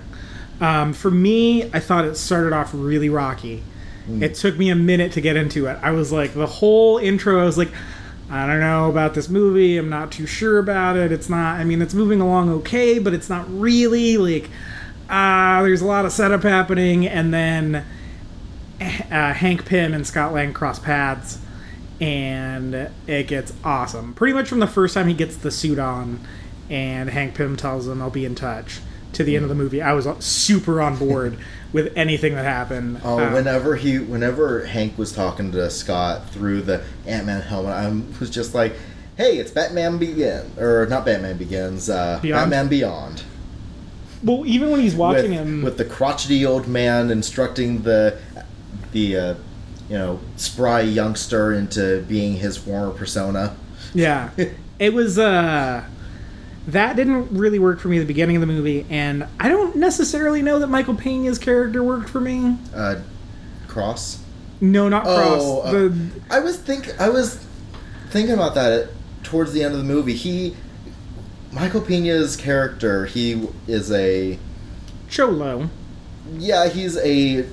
Um, for me, I thought it started off really rocky. It took me a minute to get into it. I was like, the whole intro, I was like, I don't know about this movie. I'm not too sure about it. It's not, I mean, it's moving along okay, but it's not really. Like, ah, there's a lot of setup happening. And then uh, Hank Pym and Scott Lang cross paths, and it gets awesome. Pretty much from the first time he gets the suit on, and Hank Pym tells him, "I'll be in touch." To the end of the movie, I was super on board with anything that happened. Oh, Uh, whenever he whenever Hank was talking to Scott through the Ant Man helmet, I was just like, "Hey, it's Batman Begin or not Batman Begins, uh, Beyond? Batman Beyond." well, even when he's watching with, him, with the crotchety old man instructing the the uh, you know spry youngster into being his former persona. yeah, it was. uh that didn't really work for me at the beginning of the movie, and I don't necessarily know that Michael Pena's character worked for me. Uh, Cross. No, not Cross. uh, the, I was think I was thinking about that towards the end of the movie. He Michael Pena's character. He is a Cholo. yeah. He's a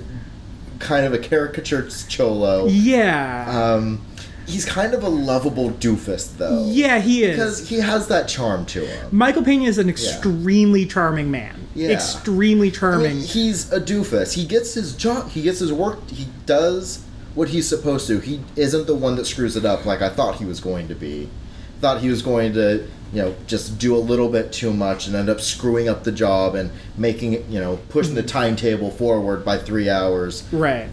kind of a caricature cholo. Yeah. Um, he's kind of a lovable doofus though. Yeah, he is. Because he has that charm to him. Michael Pena is an extremely charming man. Yeah. Extremely I charming. mean, he's a doofus. He gets his job. He gets his work. He does what he's supposed to. He isn't the one that screws it up like I thought he was going to be. Thought he was going to, you know, just do a little bit too much and end up screwing up the job and making it, you know, pushing the timetable forward by three hours. right.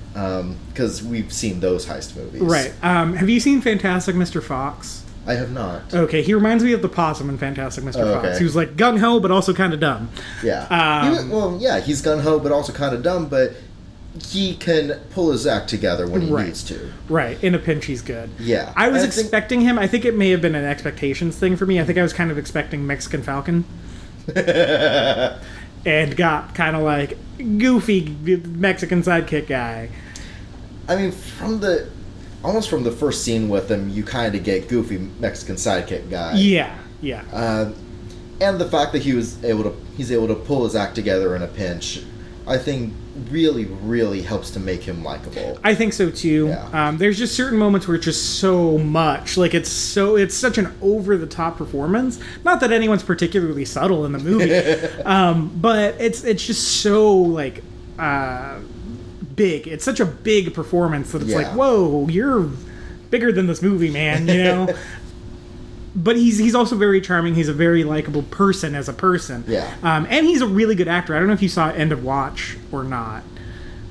Because we've seen those heist movies. Right. Um, have you seen Fantastic Mr. Fox? I have not. Okay, he reminds me of the possum in Fantastic Mr. Oh, Fox. okay. He was like gung ho, but also kind of dumb. Yeah. Um, He was- well, yeah, he's gun ho, but also kind of dumb, but he can pull his act together when he Right. needs to. Right. In a pinch, he's good. Yeah. I was I think- expecting him. I think it may have been an expectations thing for me. I think I was kind of expecting Mexican Falcon. and got kind of like goofy Mexican sidekick guy. I mean, from the almost from the first scene with him, you kind of get goofy Mexican sidekick guy, Yeah. Yeah. uh, and the fact that he was able to he's able to pull his act together in a pinch, I think really really helps to make him likable. I think so too. Yeah. Um, there's just certain moments where it's just so much. Like it's so it's such an over the top performance. Not that anyone's particularly subtle in the movie, um, but it's it's just so like uh, big. It's such a big performance that it's like, Yeah. whoa, you're bigger than this movie, man. You know. But he's he's also very charming. He's a very likable person as a person. Yeah. Um, and he's a really good actor. I don't know if you saw End of Watch or not.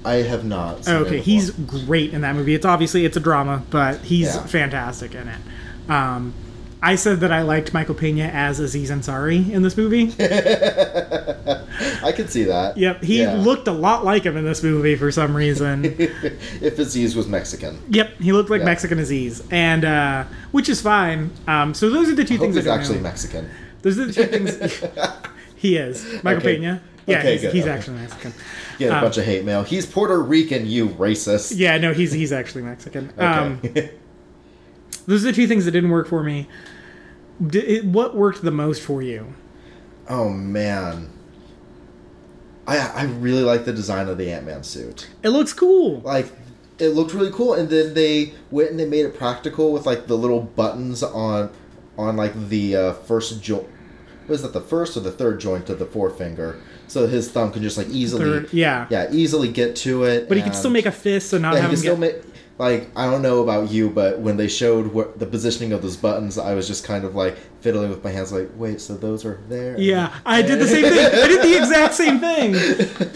I have not. seen Oh, it okay, before. he's great in that movie. It's obviously it's a drama, but he's Yeah. fantastic in it. Um, I said that I liked Michael Pena as Aziz Ansari in this movie. I could see that. Yep, he Yeah. looked a lot like him in this movie for some reason. if Aziz was Mexican. yep, he looked like Yeah. Mexican Aziz, and uh, which is fine. Um, so those are the two I hope things I he's don't actually know. Mexican. Those are the two things. he is Michael Okay. Pena. Yeah, Okay, he's, good, he's okay. actually Mexican. Get a Ah. bunch of hate mail. He's Puerto Rican, you racist. Yeah, no, he's he's actually Mexican. Um, Okay. those are the two things that didn't work for me. D- it, what worked the most for you? oh man. I I really like the design of the Ant Man suit. It looks cool. Like it looked really cool and then they went and they made it practical with like the little buttons on on like the uh, first joint was that the first or the third joint of the forefinger so his thumb can just like easily Third, yeah. yeah easily get to it But he can still and- make a fist, so not Yeah, he having can to still get- make like I don't know about you, but when they showed what the positioning of those buttons, I was just kind of like fiddling with my hands, like, wait, so those are there. Yeah, I did the same thing. I did the exact same thing.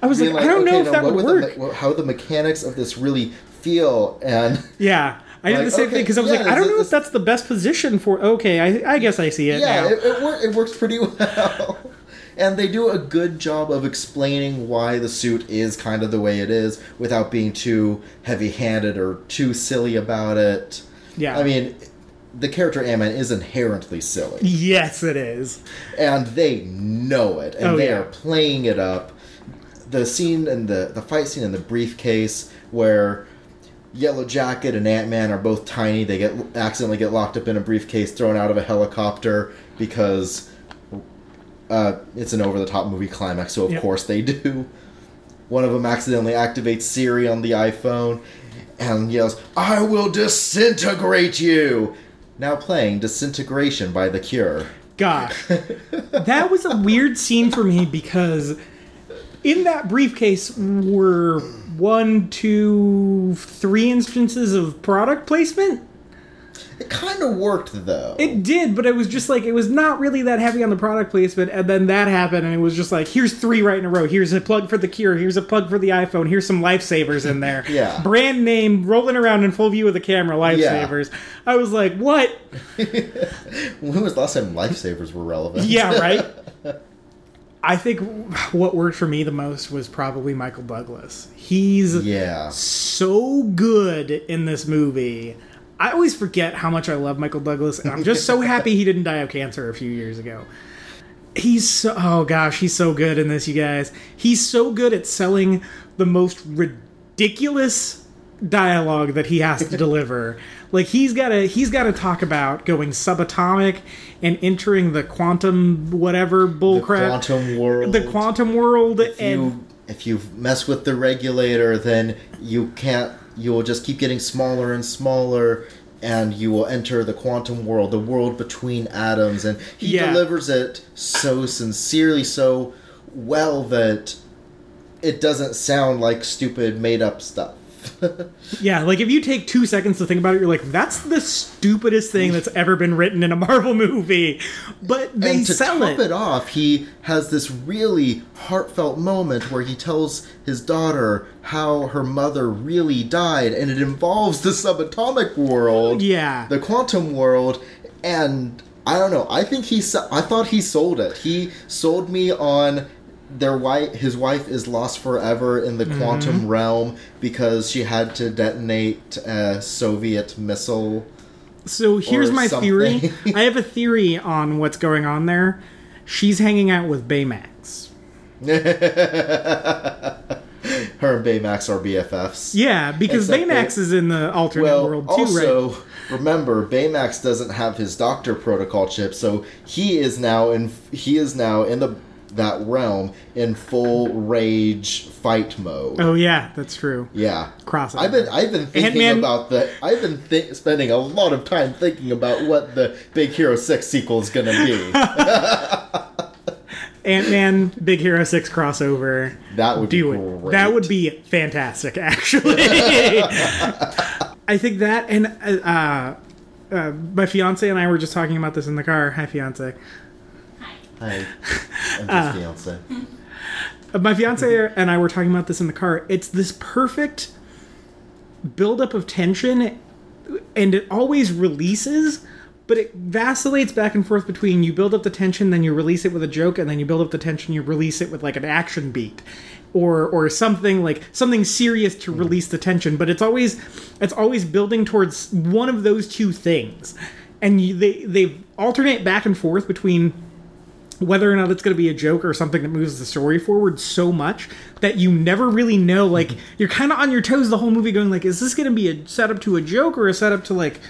I was like, Being I don't know okay, if now that what would the me- work. what- how the mechanics of this really feel, and yeah, I did Like, the same okay, thing because I was yeah, like, I is don't it know this- if that's the best position for. Okay, I, I guess I see it yeah, now. it, it, wor- it works pretty well. And they do a good job of explaining why the suit is kind of the way it is without being too heavy handed or too silly about it. Yeah. I mean, the character Ant Man is inherently silly. yes, it is. and they know it and Oh, they yeah. are playing it up the scene and the the fight scene in the briefcase where yellow jacket and ant-man are both tiny they get accidentally get locked up in a briefcase thrown out of a helicopter because uh, it's an over-the-top movie climax so of Yep. course they do one of them accidentally activates siri on the iphone and yells i will disintegrate you now playing disintegration by the cure Gosh, that was a weird scene for me because in that briefcase were one, two, three instances of product placement. It kind of worked though. It did, but it was just like it was not really that heavy on the product placement, and then that happened, and it was just like, here's three right in a row. Here's a plug for the Cure. Here's a plug for the iPhone. Here's some lifesavers in there. Yeah. brand name rolling around in full view of the camera. Lifesavers. I was like, what? when was the last time lifesavers were relevant? Yeah, right. I think what worked for me the most was probably Michael Douglas. He's Yeah. so good in this movie. I always forget how much I love Michael Douglas, and I'm just so happy he didn't die of cancer a few years ago. He's so, oh gosh, he's so good in this, you guys. He's so good at selling the most ridiculous dialogue that he has to deliver. Like he's got to he's got to talk about going subatomic and entering the quantum whatever bullcrap, Quantum world. the quantum world, and You, if you mess with the regulator, then you can't. You will just keep getting smaller and smaller, and you will enter the quantum world, the world between atoms. And he Yeah. delivers it so sincerely, so well that it doesn't sound like stupid, made up stuff. Yeah, like if you take two seconds to think about it, you're like, that's the stupidest thing that's ever been written in a Marvel movie. But they and to sell top it. it. off, he has this really heartfelt moment where he tells his daughter how her mother really died, and it involves the subatomic world, Yeah. the quantum world, and I don't know. I think he. s- I thought he sold it. He sold me on their wife. His wife is lost forever in the quantum realm because she had to detonate a Soviet missile. So here's or my something. theory. I have a theory on what's going on there. She's hanging out with Baymax. Her and Baymax are BFFs. Yeah, because Except Baymax they- is in the alternate Well, world too, right? also remember, Baymax doesn't have his doctor protocol chip, so he is now in he is now in the that realm in full rage fight mode. Oh yeah, that's true. Yeah, Cross it. I've been I've been thinking Ant-Man- about the I've been thi- spending a lot of time thinking about what the Big Hero Six sequel is gonna be. Ant Man, Big Hero Six crossover. that would do be it. great. That would be fantastic, actually. I think that and uh, uh, my fiance and I were just talking about this in the car. Hi, fiance. Hi, I'm his fiance. Uh, My fiance and I were talking about this in the car. It's this perfect buildup of tension, and it always releases, but it vacillates back and forth between you build up the tension then you release it with a joke and then you build up the tension you release it with like an action beat or or something like something serious to release the tension but it's always it's always building towards one of those two things and you, they they alternate back and forth between whether or not it's going to be a joke or something that moves the story forward so much that you never really know like Mm-hmm. you're kind of on your toes the whole movie going like is this going to be a setup to a joke or a setup to like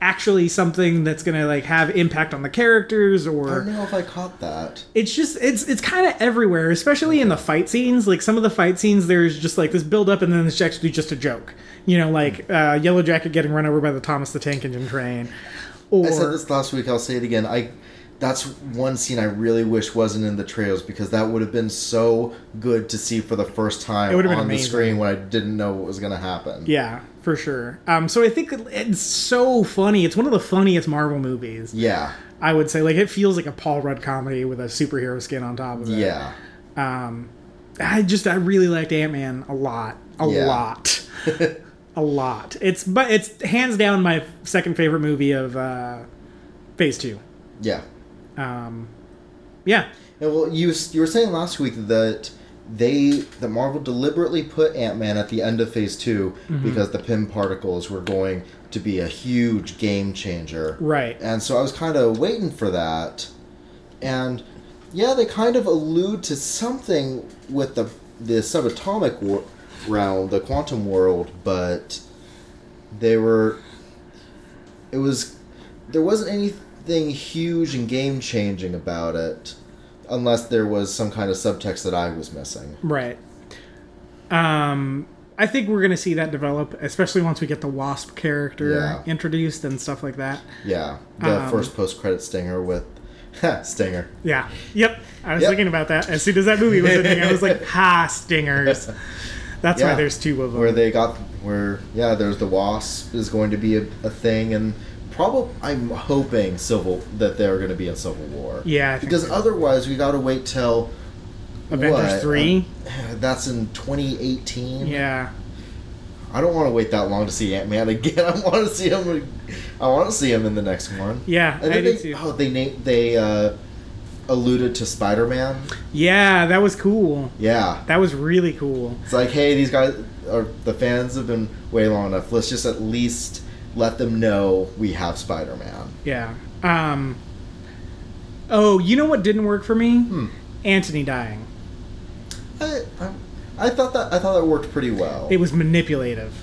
actually something that's going to like have impact on the characters I don't or know if I caught that. it's just it's it's kind of everywhere especially Mm-hmm. in the fight scenes like some of the fight scenes there's just like this build up and then it's actually just a joke you know Mm-hmm. like uh, yellow jacket getting run over by the thomas the tank engine train or I said this last week. I'll say it again. I that's one scene I really wish wasn't in the trailers because that would have been so good to see for the first time It would have been on the amazing. screen when I didn't know what was going to happen. Yeah, for sure. Um, so I think it's so funny. It's one of the funniest Marvel movies. Yeah. I would say, like, it feels like a Paul Rudd comedy with a superhero skin on top of it. Yeah. I just I really liked Ant Man a lot, a Yeah. lot, a lot. It's but it's hands down my second favorite movie of uh, Phase Two. Yeah. Yeah, And well, you s- you were saying last week that they that Marvel deliberately put Ant Man at the end of Phase 2 Mm-hmm. because the Pym particles were going to be a huge game changer. right. And so I was kind of waiting for that. And yeah, they kind of allude to something with the the subatomic wor- realm, the quantum world, but they were it was there wasn't anything huge and game changing about it unless there was some kind of subtext that I was missing. Right. Um, I think we're going to see that develop, especially once we get the Wasp character Yeah. introduced and stuff like that. Yeah, the Um, first post credit stinger with Stinger. Yeah. Yep. I was Yep. thinking about that as soon as that movie was ending. I was like, ha, stingers. That's why Yeah. there's two of them. where they got where yeah there's the wasp is going to be a, a thing and probably i'm hoping civil that they're going to be in civil war Yeah, I think because so. otherwise we got to wait till Avengers what? uh, three. that's in 2018 yeah. i don't want to wait that long to see ant-man again i want to see him i want to see him in the next one Yeah, and I then do they, too. oh they named they uh alluded to spider-man Yeah, that was cool. yeah That was really cool. It's like, hey, these guys are the fans have been way long enough. Let's just at least let them know we have Spider Man. Yeah. Um. Oh, you know what didn't work for me? Hmm. Anthony dying. I, I, I thought that I thought that worked pretty well. It was manipulative,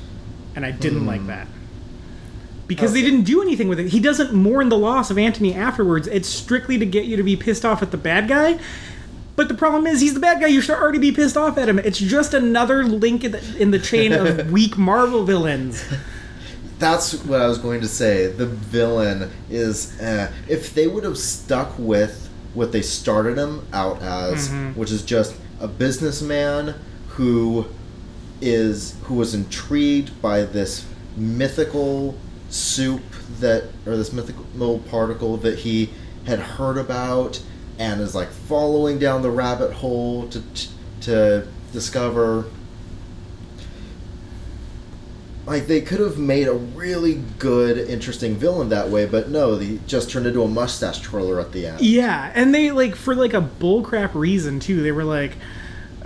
and I didn't like that. Because they Okay. didn't do anything with it. He doesn't mourn the loss of Anthony afterwards. It's strictly to get you to be pissed off at the bad guy. But the problem is, he's the bad guy. You should already be pissed off at him. It's just another link in the, in the chain of weak Marvel villains. That's what I was going to say. The villain is eh. if they would have stuck with what they started him out as, which is just a businessman who is who was intrigued by this mythical soup that or this mythical particle that he had heard about and is like following down the rabbit hole to to discover like they could have made a really good interesting villain that way but no they just turned into a mustache twirler at the end Yeah, and they like for like a bullcrap reason too. They were like,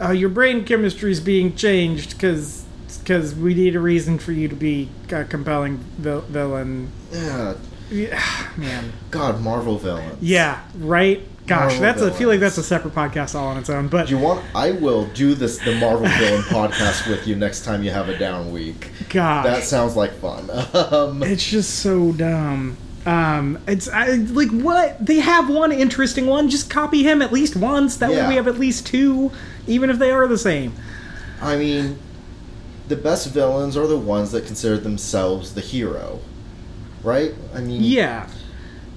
uh, "Your brain chemistry is being changed because because we need a reason for you to be a compelling vil- villain." yeah Yeah, man. god marvel villain Yeah. Right. Gosh, Marvel that's. A, I feel like villains. that's a separate podcast all on its own. But Do you want? I will do this the Marvel villain podcast with you next time you have a down week. gosh, That sounds like fun. Um, it's just so dumb. Um, it's I, like what they have one interesting one. Just copy him at least once. That way Yeah. we have at least two, even if they are the same. I mean, the best villains are the ones that consider themselves the hero, right? I mean, Yeah.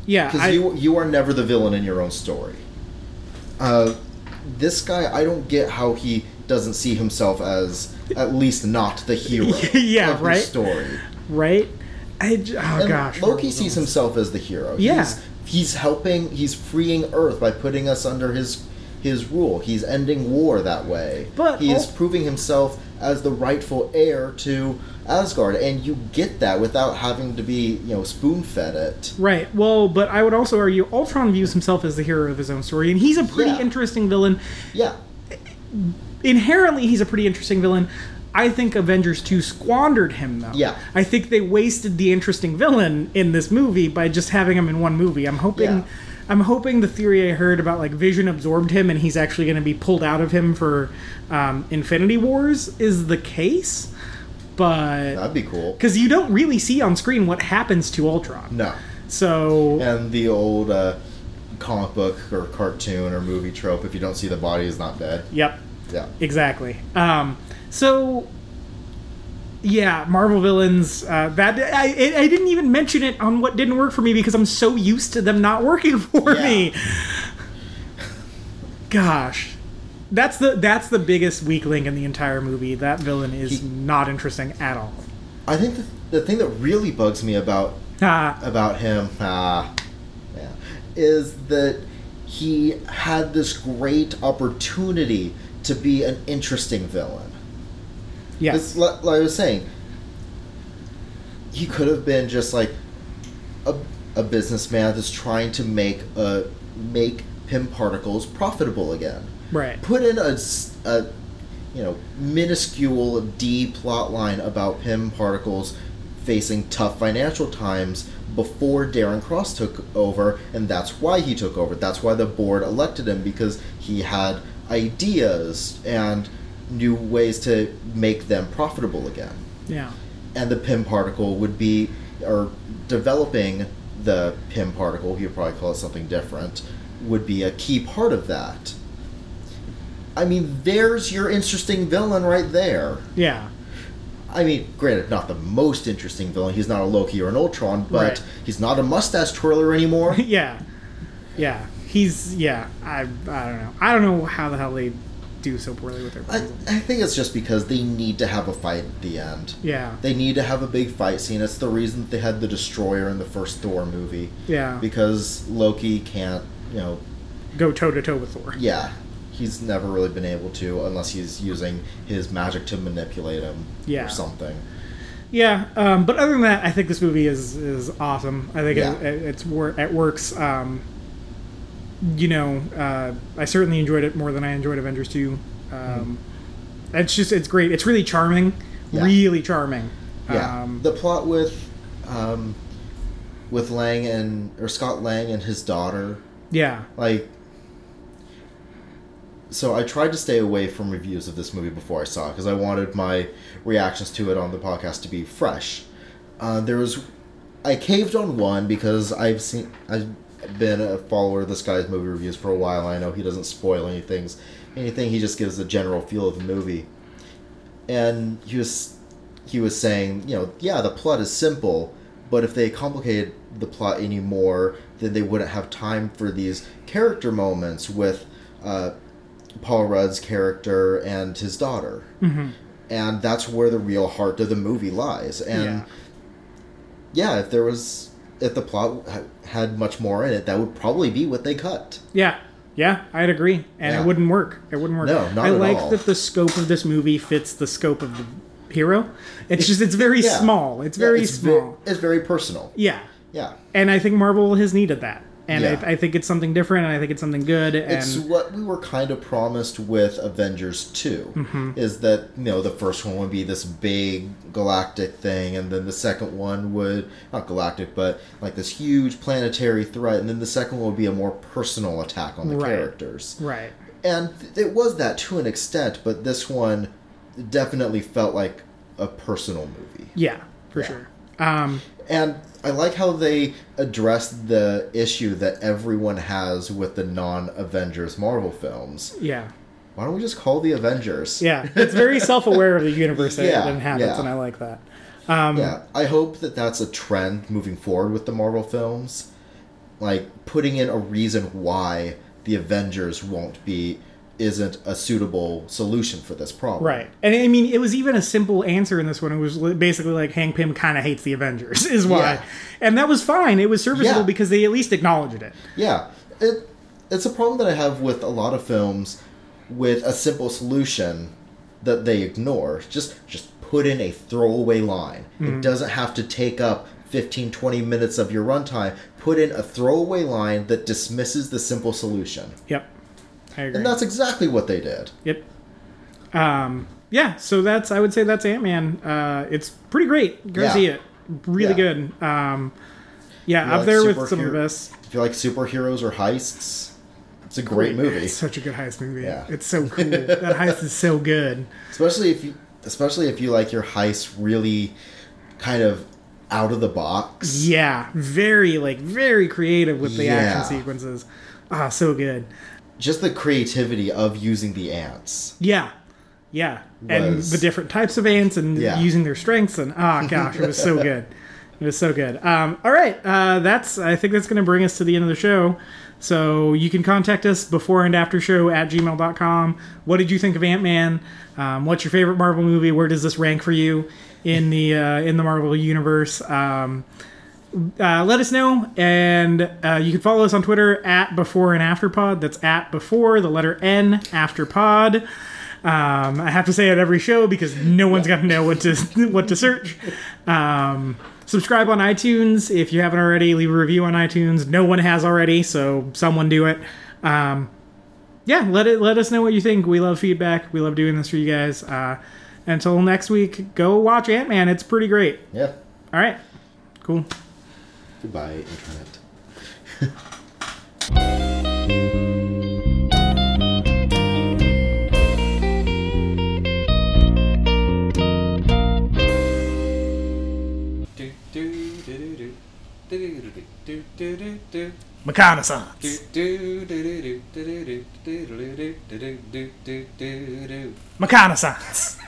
Yeah. I- because you you are never the villain in your own story. Uh, this guy, I don't get how he doesn't see himself as at least not the hero. Yeah, of his right? Story. right? I j- oh And gosh, Loki Marvel sees villains. himself as the hero. Yeah. He's, he's helping, he's freeing Earth by putting us under his his rule. He's ending war that way. But he is al- proving himself as the rightful heir to Asgard, and you get that without having to be, you know, spoon fed it. Right. Well, but I would also argue Ultron views himself as the hero of his own story, and he's a pretty Yeah. interesting villain. Yeah. Inherently, he's a pretty interesting villain. I think Avengers 2 squandered him, though. Yeah. I think they wasted the interesting villain in this movie by just having him in one movie. I'm hoping. Yeah. I'm hoping the theory I heard about like Vision absorbed him and he's actually going to be pulled out of him for um, Infinity Wars is the case, but That'd be cool. because you don't really see on screen what happens to Ultron, No. so And the old uh, comic book or cartoon or movie trope if you don't see the body is not dead. yep, Yeah. Exactly. Um, so, yeah, Marvel villains. Uh, that I, I I didn't even mention it on what didn't work for me because I'm so used to them not working for Yeah. me. Gosh, that's the that's the biggest weak link in the entire movie. That villain is He- not interesting at all. I think the, the thing that really bugs me about Ah, about him ah, yeah, is that he had this great opportunity to be an interesting villain. yes. It's li- like I was saying, he could have been just like a, a businessman that's trying to make a make Pym particles profitable again. Right. Put in a, s- a, you know minuscule D plot line about Pym particles facing tough financial times before Darren Cross took over, and that's why he took over. That's why the board elected him because he had ideas and new ways to make them profitable again Yeah. and the PIM particle would be, or developing the PIM particle, he'd probably call it something different, would be a key part of that. I mean, there's your interesting villain right there. Yeah. I mean, granted, not the most interesting villain. He's not a Loki or an Ultron, but Right. he's not a mustache twirler anymore. yeah. Yeah. He's yeah. I I don't know. I don't know how the hell they do so poorly with their. I, villains. I think it's just because they need to have a fight at the end. yeah. They need to have a big fight scene. It's the reason they had the Destroyer in the first Thor movie. Yeah. Because Loki can't, you know, go toe to toe with Thor. Yeah, he's never really been able to unless he's using his magic to manipulate him Yeah. or something. Yeah, um, but other than that, I think this movie is is awesome. I think Yeah. it, it, it's wor- it works. Um, you know, uh, I certainly enjoyed it more than I enjoyed Avengers two. Um, It's just it's great. It's really charming, Mm-hmm. Yeah. really charming. Yeah, Um, the plot with um, with Lang and or Scott Lang and his daughter, yeah. like. So I tried to stay away from reviews of this movie before I saw it because I wanted my reactions to it on the podcast to be fresh. Uh, there was, I caved on one because I've seen I've been a follower of this guy's movie reviews for a while. I know he doesn't spoil any things, anything. He just gives the general feel of the movie, and he was he was saying, you know, yeah, the plot is simple, but if they complicated the plot anymore, then they wouldn't have time for these character moments with uh, Paul Rudd's character and his daughter. hmm And that's where the real heart of the movie lies. And yeah. yeah, if there was, if the plot ha- had much more in it, that would probably be what they cut. Yeah. Yeah, I'd agree. And Yeah. it wouldn't work. It wouldn't work. No, not I at like all. that the scope of this movie fits the scope of the hero. It's just it's very Yeah. small. It's Yeah, very it's ve- small. it's very personal. yeah. Yeah. and I think Marvel has needed that. And Yeah. I, I think it's something different, and I think it's something good. And It's what we were kind of promised with Avengers 2 Mm-hmm. is that you know the first one would be this big galactic thing, and then the second one would not galactic, but like this huge planetary threat, and then the second one would be a more personal attack on the Right. characters. right, And th- it was that to an extent, but this one definitely felt like a personal movie. yeah, for Yeah. sure. Um, And I like how they addressed the issue that everyone has with the non-Avengers Marvel films. yeah, Why don't we just call the Avengers? yeah. It's very self-aware of the universe that Yeah, it inhabits, yeah. and I like that. Yeah. I hope that that's a trend moving forward with the Marvel films. Like putting in a reason why the Avengers won't be isn't a suitable solution for this problem. Right, and I mean, it was even a simple answer in this one. It was li- basically like Hank Pym kind of hates the Avengers, is why, Yeah. and that was fine. It was serviceable Yeah. because they at least acknowledged it. Yeah. It, it's a problem that I have with a lot of films with a simple solution that they ignore. Just just put in a throwaway line. It doesn't have to take up 15 20 minutes of your runtime. Put in a throwaway line that dismisses the simple solution. Yep. I agree. And that's exactly what they did. Yep. Um, yeah, so that's I would say that's Ant Man. Uh, it's pretty great. Go Yeah. see it. Really Yeah. good. Um, yeah, You up like there with some superhero- of the best. If you like superheroes or heists, it's a great movie. It's such a good heist movie. Yeah. It's so cool. that heist is so good. especially if you especially if you like your heist really kind of out of the box Yeah, very like very creative with the Yeah. action sequences. Ah, so good. just the creativity of using the ants Yeah, yeah, and Was- the different types of ants and Yeah. using their strengths and ah, gosh, it was so good. It was so good. Um, all right, uh, that's I think that's going to bring us to the end of the show. So you can contact us before and after show at gmail.com. What did you think of Ant Man? Um, what's your favorite Marvel movie? Where does this rank for you in the uh, in the Marvel universe? Um, uh, let us know, and uh, you can follow us on Twitter at before and after pod. That's at before the letter N after pod. Um, I have to say it every show because no one's going to know what to what to search. Um, subscribe on iTunes if you haven't already. Leave a review on iTunes. No one has already, so someone do it. Um, yeah, let it let us know what you think. We love feedback. We love doing this for you guys. Uh, until next week, go watch Ant Man. It's pretty great. yeah All right, cool. goodbye internet do do do do do do do do do do Reconnaissance. do do do do do do do do do do do do do do Reconnaissance.